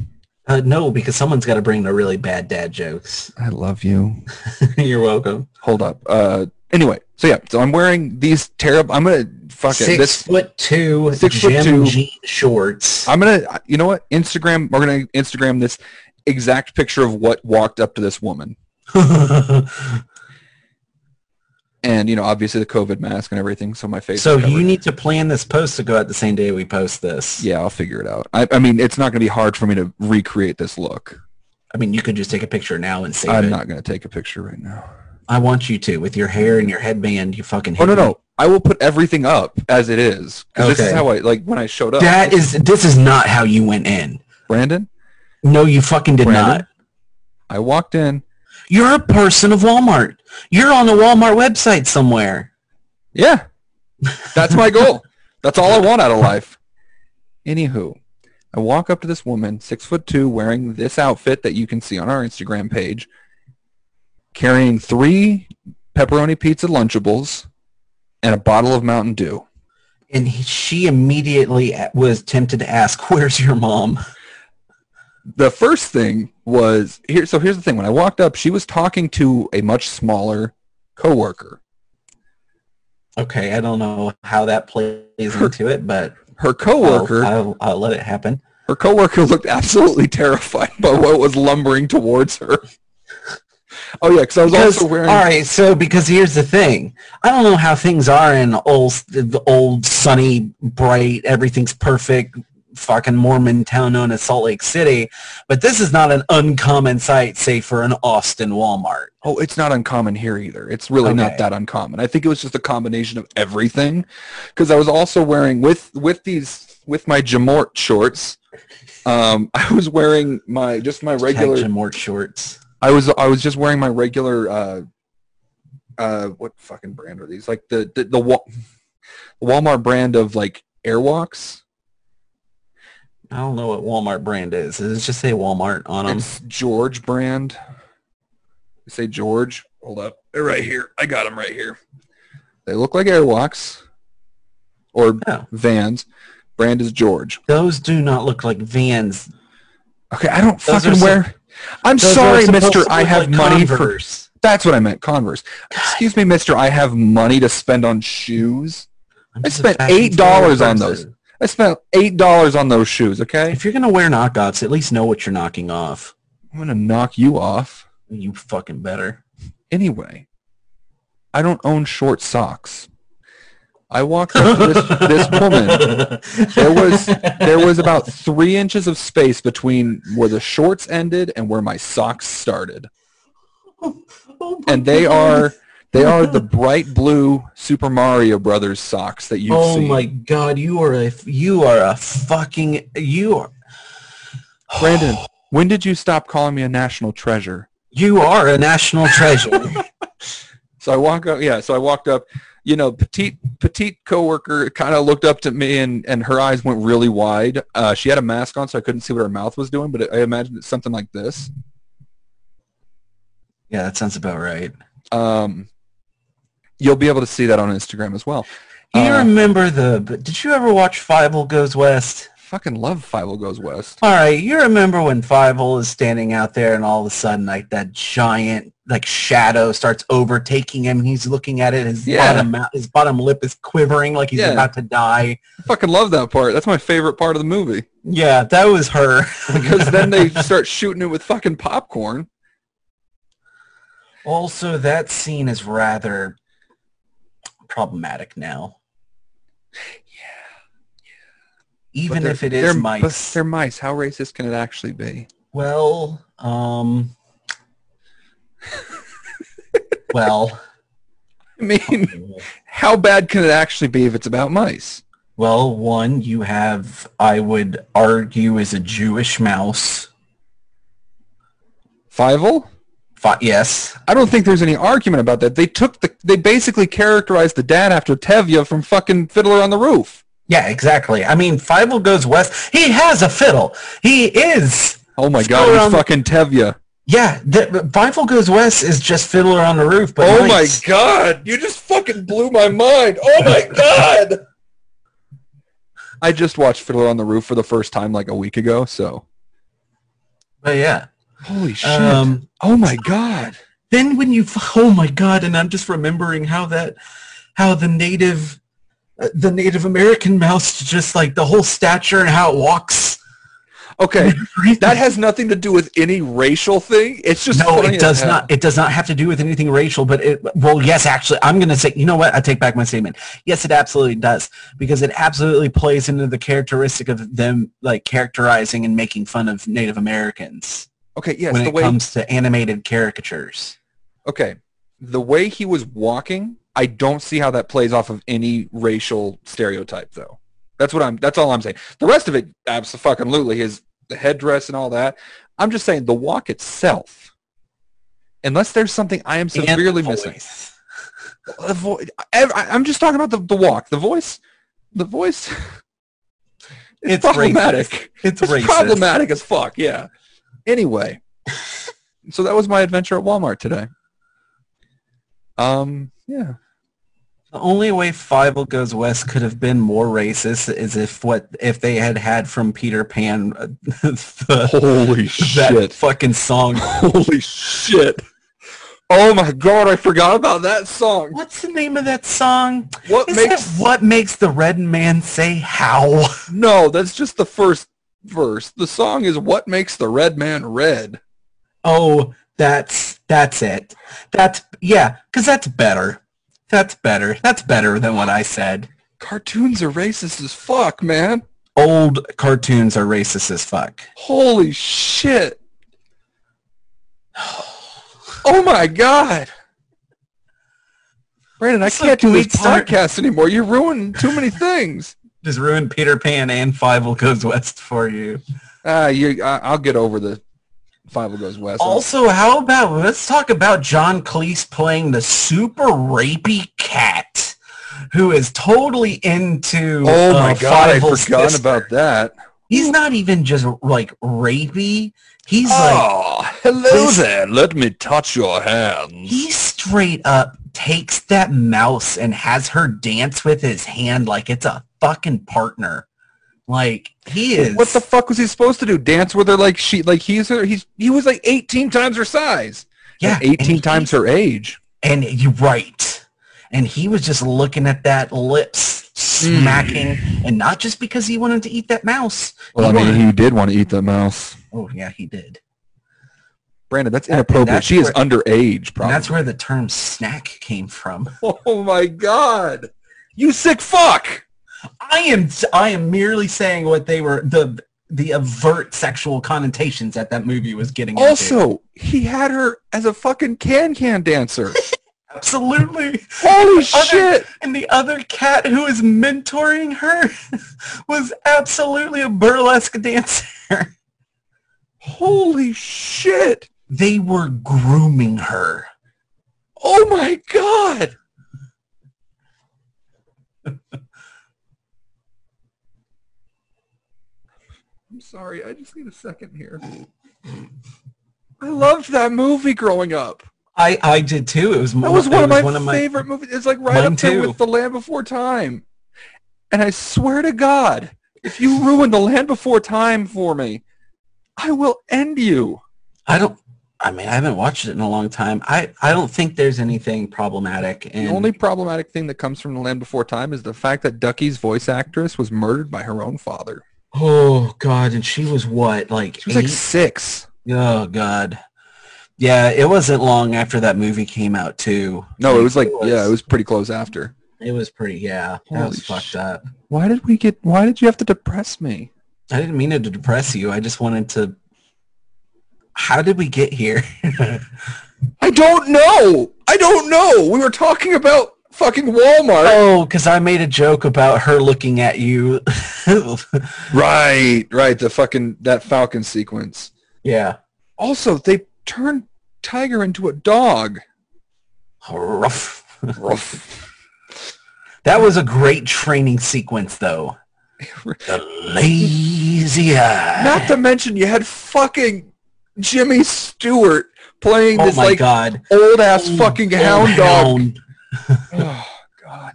Speaker 2: Uh, no, because someone's got to bring the really bad dad jokes.
Speaker 1: I love you.
Speaker 2: You're welcome.
Speaker 1: hold up. Uh, anyway, so yeah, so I'm wearing these terrible. I'm gonna fucking
Speaker 2: six
Speaker 1: this.
Speaker 2: foot two
Speaker 1: Six foot
Speaker 2: gym
Speaker 1: two.
Speaker 2: jean shorts.
Speaker 1: I'm gonna. You know what? Instagram. We're gonna Instagram this exact picture of what walked up to this woman, and you know, obviously the COVID mask and everything. So my face.
Speaker 2: so
Speaker 1: is
Speaker 2: you
Speaker 1: covered.
Speaker 2: need to plan this post to go out the same day we post this.
Speaker 1: Yeah, I'll figure it out. I, I mean, it's not gonna be hard for me to recreate this look.
Speaker 2: I mean, you could just take a picture now and save
Speaker 1: I'm
Speaker 2: it.
Speaker 1: not gonna take a picture right now.
Speaker 2: I want you to with your hair and your headband. You fucking.
Speaker 1: Oh no
Speaker 2: hippie.
Speaker 1: no. I will put everything up as it is. 'Cause This is
Speaker 2: Okay.
Speaker 1: how I like when I showed up.
Speaker 2: That is. This is not how you went in.
Speaker 1: Brandon,
Speaker 2: No, you fucking did
Speaker 1: Brandon?
Speaker 2: not.
Speaker 1: I walked in.
Speaker 2: You're a person of Walmart. You're on the Walmart website somewhere.
Speaker 1: Yeah. That's my goal. That's all I want out of life. Anywho, I walk up to this woman, six foot two, wearing this outfit that you can see on our Instagram page, carrying three pepperoni pizza lunchables and a bottle of Mountain Dew.
Speaker 2: And he, she immediately a- was tempted to ask, "Where's your mom?"
Speaker 1: The first thing was here so here's the thing. When I walked up, she was talking to a much smaller coworker.
Speaker 2: Okay, I don't know how that plays into it, but
Speaker 1: Her
Speaker 2: I'll-
Speaker 1: coworker
Speaker 2: I'll, I'll let it happen.
Speaker 1: Her coworker looked absolutely terrified by what was lumbering towards her. Oh yeah, because I was
Speaker 2: Because,
Speaker 1: also wearing.
Speaker 2: all right, so because here's the thing, I don't know how things are in old, the old sunny, bright, everything's perfect, fucking Mormon town known as Salt Lake City, but this is not an uncommon sight, say for an Austin Walmart.
Speaker 1: Oh, it's not uncommon here either. It's really not
Speaker 2: Okay.
Speaker 1: that uncommon. I think it was just a combination of everything, because I was also wearing with with these with my Jamort shorts. Um, I was wearing my just my regular.
Speaker 2: Tag Jamort shorts.
Speaker 1: I was I was just wearing my regular. Uh, uh, what fucking brand are these? Like the the the, Wa- Walmart brand of like Airwalks.
Speaker 2: I don't know what Walmart brand is. Does it just say Walmart on them?
Speaker 1: It's George brand. Say George. Hold up. They're right here. I got them right here. They look like Airwalks or
Speaker 2: Oh.
Speaker 1: Vans. Brand is George.
Speaker 2: Those do not look like Vans.
Speaker 1: Okay, I don't
Speaker 2: Those are
Speaker 1: fucking
Speaker 2: sup-
Speaker 1: wear. I'm
Speaker 2: Those are
Speaker 1: sorry,
Speaker 2: supposed
Speaker 1: Mister.
Speaker 2: to
Speaker 1: I
Speaker 2: look
Speaker 1: have
Speaker 2: like
Speaker 1: money for.
Speaker 2: Converse.
Speaker 1: That's what I meant. Converse. Excuse me, Mister. I have money to spend on shoes.
Speaker 2: I'm
Speaker 1: I
Speaker 2: just a
Speaker 1: spent
Speaker 2: fashion
Speaker 1: $8 on
Speaker 2: forward
Speaker 1: those.
Speaker 2: person.
Speaker 1: I spent eight dollars on those shoes. Okay,
Speaker 2: If you're gonna wear knockoffs, at least know what you're knocking off.
Speaker 1: I'm gonna knock you off
Speaker 2: You fucking better.
Speaker 1: anyway. I don't own short socks. I walked up to this, this woman there was there was about three inches of space between where the shorts ended and where my socks started
Speaker 2: Oh
Speaker 1: and they are they are the bright blue super mario brothers socks that you've
Speaker 2: oh
Speaker 1: seen
Speaker 2: my god! You are a you are a fucking you are
Speaker 1: brandon when did you stop calling me a national treasure
Speaker 2: you are a national treasure.
Speaker 1: so i walk up yeah so i walked up you know, petite petite coworker kind of looked up to me, and and her eyes went really wide. Uh, she had a mask on, so I couldn't see what her mouth was doing, but I imagine it's something like this.
Speaker 2: Yeah, that sounds about right.
Speaker 1: Um, you'll be able to see that on Instagram as well.
Speaker 2: You
Speaker 1: Uh,
Speaker 2: remember the? but Did you ever watch Fievel Goes West?
Speaker 1: Fucking love Fivel Goes West.
Speaker 2: All right, you remember when Fievel is standing out there, and all of a sudden, like that giant like shadow starts overtaking him, and he's looking at it. His
Speaker 1: Yeah.
Speaker 2: bottom mou- his bottom lip is quivering, like he's
Speaker 1: Yeah.
Speaker 2: about to die.
Speaker 1: I fucking love that part. That's my favorite part of the movie
Speaker 2: Yeah, that was her.
Speaker 1: because then they start shooting it with fucking popcorn.
Speaker 2: also, that scene is rather problematic now. Yeah.
Speaker 1: But
Speaker 2: Even
Speaker 1: they're-
Speaker 2: if it
Speaker 1: they're-
Speaker 2: is
Speaker 1: but
Speaker 2: mice.
Speaker 1: They're mice. How racist can it actually be?
Speaker 2: Well, um, well,
Speaker 1: I mean, how bad can it actually be if it's about mice?
Speaker 2: well, one, you have, I would argue, is a Jewish mouse.
Speaker 1: Fievel?
Speaker 2: Fi- yes.
Speaker 1: I don't think there's any argument about that. They took the they basically characterized the dad after Tevye from fucking Fiddler on the Roof.
Speaker 2: Yeah, exactly. I mean, Fievel goes west. He has a fiddle. He is.
Speaker 1: Oh my
Speaker 2: Let's
Speaker 1: god,
Speaker 2: go
Speaker 1: he's
Speaker 2: around-
Speaker 1: fucking Tevye.
Speaker 2: Yeah, th- Fievel goes west is just fiddler on the roof. But
Speaker 1: Oh
Speaker 2: nice.
Speaker 1: my god, you just fucking blew my mind. Oh my god. I just watched Fiddler on the Roof for the first time like a week ago, so
Speaker 2: But yeah.
Speaker 1: holy shit.
Speaker 2: Um,
Speaker 1: oh my god.
Speaker 2: then when you f- oh my god and i'm just remembering how that how the native uh, the native american mouse just like the whole stature and how it walks
Speaker 1: Okay, that has nothing to do with any racial thing. It's just
Speaker 2: no
Speaker 1: funny
Speaker 2: it
Speaker 1: as
Speaker 2: does
Speaker 1: hell.
Speaker 2: not it does not have to do with anything racial but it well yes actually i'm going to say you know what i take back my statement yes it absolutely does because it absolutely plays into the characteristic of them like characterizing and making fun of native americans
Speaker 1: Okay, yes,
Speaker 2: when
Speaker 1: the
Speaker 2: it
Speaker 1: way
Speaker 2: comes to animated caricatures
Speaker 1: okay, the way he was walking, I don't see how that plays off of any racial stereotype, though. That's what I'm. That's all I'm saying. The rest of it, absolutely, his the headdress and all that. I'm just saying the walk itself. Unless there's something I am
Speaker 2: And
Speaker 1: severely
Speaker 2: the
Speaker 1: missing.
Speaker 2: voice.
Speaker 1: The vo- I, I- I'm just talking about the, the walk. The voice, the voice. is
Speaker 2: It's
Speaker 1: problematic.
Speaker 2: racist. it's,
Speaker 1: It's
Speaker 2: racist.
Speaker 1: problematic as fuck. Yeah. Anyway, so that was my adventure at Walmart today. Um. Yeah.
Speaker 2: The only way Fievel Goes West could have been more racist is if what if they had had from Peter Pan uh, the,
Speaker 1: Holy
Speaker 2: that fucking song.
Speaker 1: Holy shit. Oh my god! I forgot about that song.
Speaker 2: What's the name of that song?
Speaker 1: What
Speaker 2: Is
Speaker 1: makes
Speaker 2: that what makes the red man say how?
Speaker 1: no? That's just the first verse. The song is "What Makes the Red Man Red."
Speaker 2: Oh, that's that's it. That's yeah, because that's better. That's better. That's better than what I said.
Speaker 1: Cartoons are racist as fuck, man.
Speaker 2: Old cartoons are racist as fuck.
Speaker 1: Holy shit. Oh my god. Brandon, I
Speaker 2: So
Speaker 1: can't do
Speaker 2: can we
Speaker 1: this
Speaker 2: start-
Speaker 1: podcast anymore. You're ruining too many things.
Speaker 2: Just ruined Peter Pan and Fievel Goes West for you.
Speaker 1: Ah, you, I, I'll get over the Five Goes West.
Speaker 2: Also, how about let's talk about John Cleese playing the super rapey cat who is totally into
Speaker 1: oh my
Speaker 2: uh,
Speaker 1: god, I
Speaker 2: Fievel's
Speaker 1: forgot
Speaker 2: sister.
Speaker 1: about that.
Speaker 2: He's not even just like rapey. He's
Speaker 1: Oh.
Speaker 2: like
Speaker 1: hello
Speaker 2: This-
Speaker 1: there. Let me touch your hands.
Speaker 2: he straight up takes that mouse and has her dance with his hand like it's a fucking partner. Like he is
Speaker 1: What the fuck was he supposed to do? Dance with her like she like he's her he's he was like 18 times her size.
Speaker 2: yeah,
Speaker 1: And 18
Speaker 2: and
Speaker 1: times her age.
Speaker 2: And you right. And he was just looking at that lips
Speaker 1: Hmm.
Speaker 2: smacking, and not just because he wanted to eat that mouse.
Speaker 1: Well, I
Speaker 2: He
Speaker 1: mean,
Speaker 2: wanted-
Speaker 1: he did want to eat the mouse.
Speaker 2: oh yeah, he did.
Speaker 1: Brandon, that's
Speaker 2: And- and
Speaker 1: inappropriate.
Speaker 2: that's
Speaker 1: she is
Speaker 2: where-
Speaker 1: underage,
Speaker 2: And
Speaker 1: probably.
Speaker 2: that's where the term snack came from.
Speaker 1: oh my god, you sick fuck!
Speaker 2: I am I am merely saying what they were the the overt sexual connotations that that movie was getting. into.
Speaker 1: Also, he had her as a fucking can-can dancer.
Speaker 2: absolutely.
Speaker 1: Holy
Speaker 2: Other-
Speaker 1: shit!
Speaker 2: And the other cat who was mentoring her was absolutely a burlesque dancer.
Speaker 1: Holy shit!
Speaker 2: They were grooming her.
Speaker 1: Oh my god! I'm sorry. I just need a second here. I loved that movie growing up.
Speaker 2: I, I did too. It was
Speaker 1: That
Speaker 2: mo-
Speaker 1: was
Speaker 2: it
Speaker 1: one of my favorite movies. It's like right
Speaker 2: Mine
Speaker 1: up there
Speaker 2: too.
Speaker 1: with The Land Before Time. And I swear to God, if you ruin The Land Before Time for me, I will end you.
Speaker 2: I don't. I mean, I haven't watched it in a long time. I, I don't think there's anything problematic. And
Speaker 1: The only problematic thing that comes from The Land Before Time is the fact that Ducky's voice actress was murdered by her own father.
Speaker 2: oh god, and she was what like
Speaker 1: She was like
Speaker 2: eight?
Speaker 1: six.
Speaker 2: oh god, yeah. It wasn't long after that movie came out too.
Speaker 1: No, it was like, yeah, it was pretty close after.
Speaker 2: It was pretty. Yeah, that
Speaker 1: Holy
Speaker 2: was fucked
Speaker 1: shit.
Speaker 2: up.
Speaker 1: Why did we get, why did you have to depress me?
Speaker 2: I didn't mean it to depress you. I just wanted to. How did we get here?
Speaker 1: I don't know. I don't know. We were talking about fucking Walmart.
Speaker 2: oh, because I made a joke about her looking at you.
Speaker 1: Right, right. The fucking, that Falcon sequence.
Speaker 2: yeah.
Speaker 1: Also, they turned Tiger into a dog.
Speaker 2: Ruff. That was a great training sequence, though. The lazy eye.
Speaker 1: Not to mention you had fucking Jimmy Stewart playing
Speaker 2: oh
Speaker 1: this
Speaker 2: my
Speaker 1: like
Speaker 2: god,
Speaker 1: old ass
Speaker 2: Old-
Speaker 1: fucking
Speaker 2: old
Speaker 1: hound dog.
Speaker 2: hound.
Speaker 1: Oh god.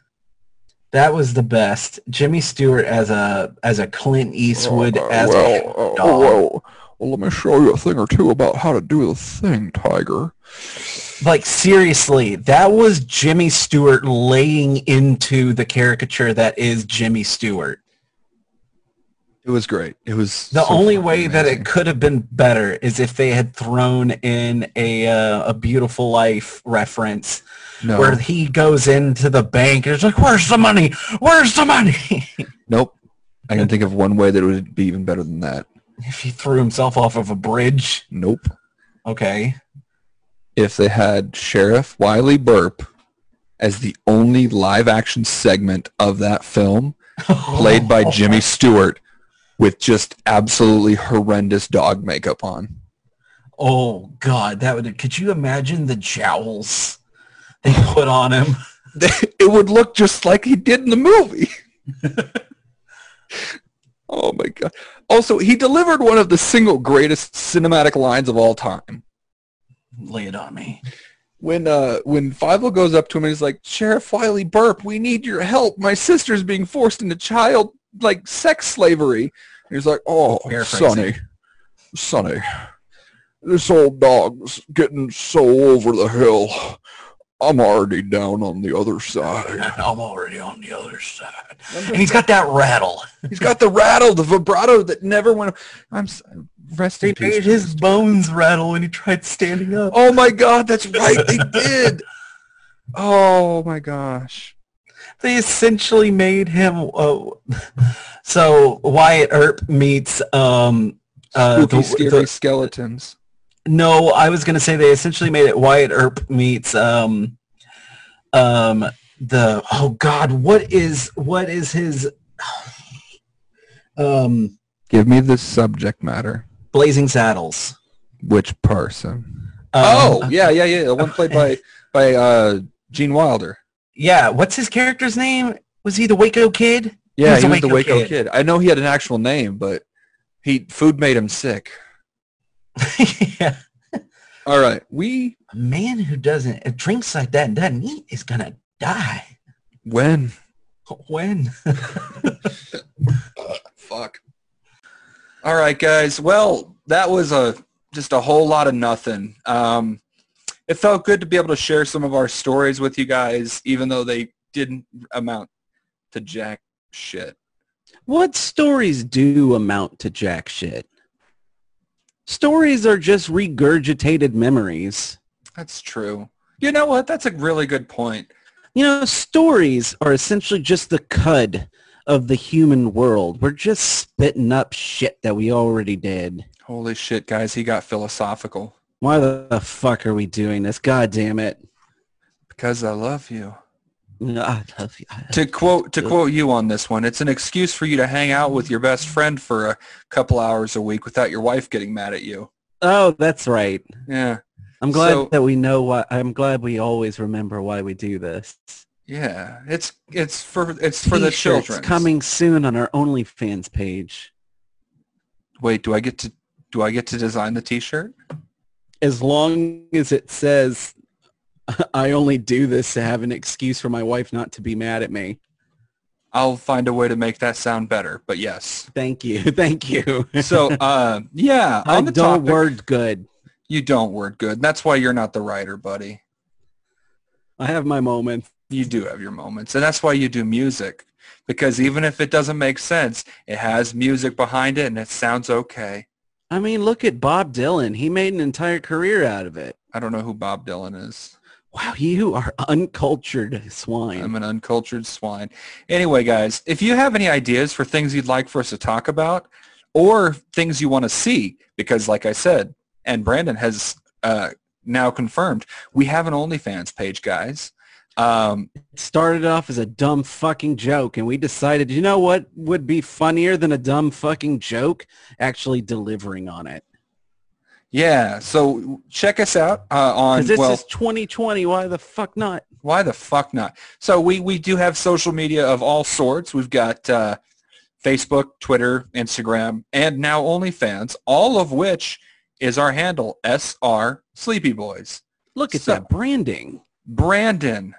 Speaker 2: That was the best. Jimmy Stewart as a as a Clint Eastwood
Speaker 1: Uh,
Speaker 2: as a
Speaker 1: well, uh,
Speaker 2: hound dog.
Speaker 1: well, well, let me show you a thing or two about how to do the thing, Tiger.
Speaker 2: like seriously, that was Jimmy Stewart laying into the caricature that is Jimmy Stewart.
Speaker 1: It was great. It was
Speaker 2: The
Speaker 1: so
Speaker 2: only
Speaker 1: fucking
Speaker 2: way that
Speaker 1: amazing.
Speaker 2: it could have been better is if they had thrown in a uh, a beautiful life reference
Speaker 1: no.
Speaker 2: where he goes into the bank and it's like, "Where's the money? Where's the money?"
Speaker 1: Nope. I can think of one way that it would be even better than that.
Speaker 2: if he threw himself off of a bridge,
Speaker 1: Nope.
Speaker 2: okay.
Speaker 1: if they had Sheriff Wiley Burp as the only live action segment of that film played by
Speaker 2: Oh.
Speaker 1: Jimmy Stewart with just absolutely horrendous dog makeup on.
Speaker 2: Oh God, that would. Could you imagine the jowls they put on him?
Speaker 1: It would look just like he did in the movie. oh my god. Also, he delivered one of the single greatest cinematic lines of all time.
Speaker 2: Lay it on me.
Speaker 1: When uh when Fievel goes up to him and he's like, Sheriff Wiley Burp, we need your help. My sister's being forced into child like sex slavery. And he's like, Oh
Speaker 2: Paraphrasing.
Speaker 1: Sonny. Sonny. This old dog's getting so over the hill. I'm already down on the other side.
Speaker 2: I'm already on the other side, and he's got that rattle.
Speaker 1: He's got the rattle, the vibrato that never went. I'm s- rest in
Speaker 2: They
Speaker 1: peace.
Speaker 2: made his bones rattle when he tried standing up.
Speaker 1: Oh my God, that's right, they did. Oh my gosh.
Speaker 2: They essentially made him. Oh, so Wyatt Earp meets. Um, uh,
Speaker 1: Spooky,
Speaker 2: the-
Speaker 1: scary
Speaker 2: the-
Speaker 1: skeletons.
Speaker 2: no, I was gonna say they essentially made it. Wyatt Earp meets. Um, um, the oh god, what is what is his? Um,
Speaker 1: Give me the subject matter.
Speaker 2: Blazing Saddles.
Speaker 1: Which person?
Speaker 2: Um,
Speaker 1: oh yeah, yeah, yeah. The one played by by uh, Gene Wilder.
Speaker 2: yeah. What's his character's name? Was he the Waco kid?
Speaker 1: Yeah,
Speaker 2: was
Speaker 1: he
Speaker 2: a
Speaker 1: was the
Speaker 2: Waco
Speaker 1: Waco
Speaker 2: kid.
Speaker 1: kid. I know he had an actual name, but he food made him sick.
Speaker 2: yeah.
Speaker 1: All right, we
Speaker 2: A man who doesn't uh, drinks like that and doesn't eat is gonna die.
Speaker 1: when
Speaker 2: When?
Speaker 1: Fuck. All right, guys. Well, that was a just a whole lot of nothing. Um, it felt good to be able to share some of our stories with you guys, even though they didn't amount to jack shit.
Speaker 4: What stories do amount to jack shit? Stories are just regurgitated memories.
Speaker 1: That's true. You know what? That's a really good point.
Speaker 4: You know, stories are essentially just the cud of the human world. We're just spitting up shit that we already did.
Speaker 1: Holy shit, guys! He got philosophical.
Speaker 4: Why the fuck are we doing this? God damn it.
Speaker 1: Because I love you.
Speaker 4: I love you.
Speaker 1: To quote to quote you on this one, it's an excuse for you to hang out with your best friend for a couple hours a week without your wife getting mad at you.
Speaker 4: Oh, that's right.
Speaker 1: Yeah.
Speaker 4: I'm glad
Speaker 1: So-
Speaker 4: that we know why. I'm glad we always remember why we do this.
Speaker 1: Yeah, it's it's for it's for the
Speaker 4: T-shirts
Speaker 1: children.
Speaker 4: coming soon on our OnlyFans page.
Speaker 1: Wait, do I get to do I get to design the T-shirt?
Speaker 2: As long as it says, I only do this to have an excuse for my wife not to be mad at me.
Speaker 1: I'll find a way to make that sound better. But yes.
Speaker 2: Thank you. Thank you.
Speaker 1: So uh, yeah,
Speaker 2: I
Speaker 1: on the
Speaker 2: don't
Speaker 1: topic-
Speaker 2: word good.
Speaker 1: You don't word good. That's why you're not the writer, buddy.
Speaker 2: I have my moments.
Speaker 1: You do have your moments, and that's why you do music. Because even if it doesn't make sense, it has music behind it, and it sounds okay.
Speaker 2: I mean, look at Bob Dylan. He made an entire career out of it.
Speaker 1: I don't know who Bob Dylan is.
Speaker 2: Wow, you are uncultured swine.
Speaker 1: I'm an uncultured swine. Anyway, guys, if you have any ideas for things you'd like for us to talk about or things you want to see, because like I said, and Brandon has uh, now confirmed, we have an OnlyFans page, guys. Um,
Speaker 2: started off as a dumb fucking joke and we decided you know what would be funnier than a dumb fucking joke actually delivering on it
Speaker 1: yeah, so check us out uh, on,
Speaker 2: because this
Speaker 1: well,
Speaker 2: is 2020 why the fuck not
Speaker 1: why the fuck not? So we, we do have social media of all sorts. We've got uh, Facebook, Twitter, Instagram, and now OnlyFans, all of which is our handle, SR Sleepy Boys.
Speaker 2: look at
Speaker 1: So-
Speaker 2: that branding
Speaker 1: Brandon,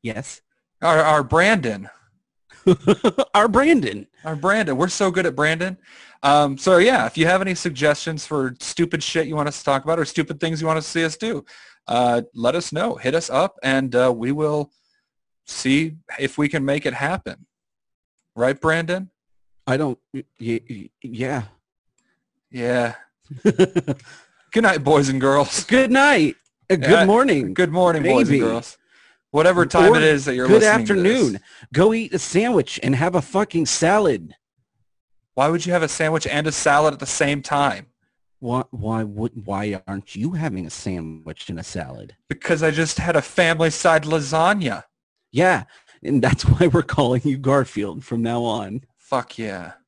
Speaker 2: yes
Speaker 1: our, our Brandon,
Speaker 2: our brandon
Speaker 1: our Brandon. We're so good at Brandon. Um, so yeah, if you have any suggestions for stupid shit you want us to talk about or stupid things you want to see us do, uh, let us know. Hit us up, and uh, we will see if we can make it happen. Right, Brandon?
Speaker 2: i don't y- y- yeah
Speaker 1: Yeah. Good night, boys and girls.
Speaker 2: good night Uh, good
Speaker 1: Yeah,
Speaker 2: morning
Speaker 1: Good morning, boys and
Speaker 2: Maybe.
Speaker 1: girls. Whatever time
Speaker 2: Or
Speaker 1: it is that you're
Speaker 2: good
Speaker 1: listening to this.
Speaker 2: afternoon go eat a sandwich and have a fucking salad
Speaker 1: Why would you have a sandwich and a salad at the same time?
Speaker 2: why why would why aren't you having a sandwich and a salad
Speaker 1: Because I just had a family side lasagna.
Speaker 2: Yeah. And that's why we're calling you Garfield from now on.
Speaker 1: Fuck yeah.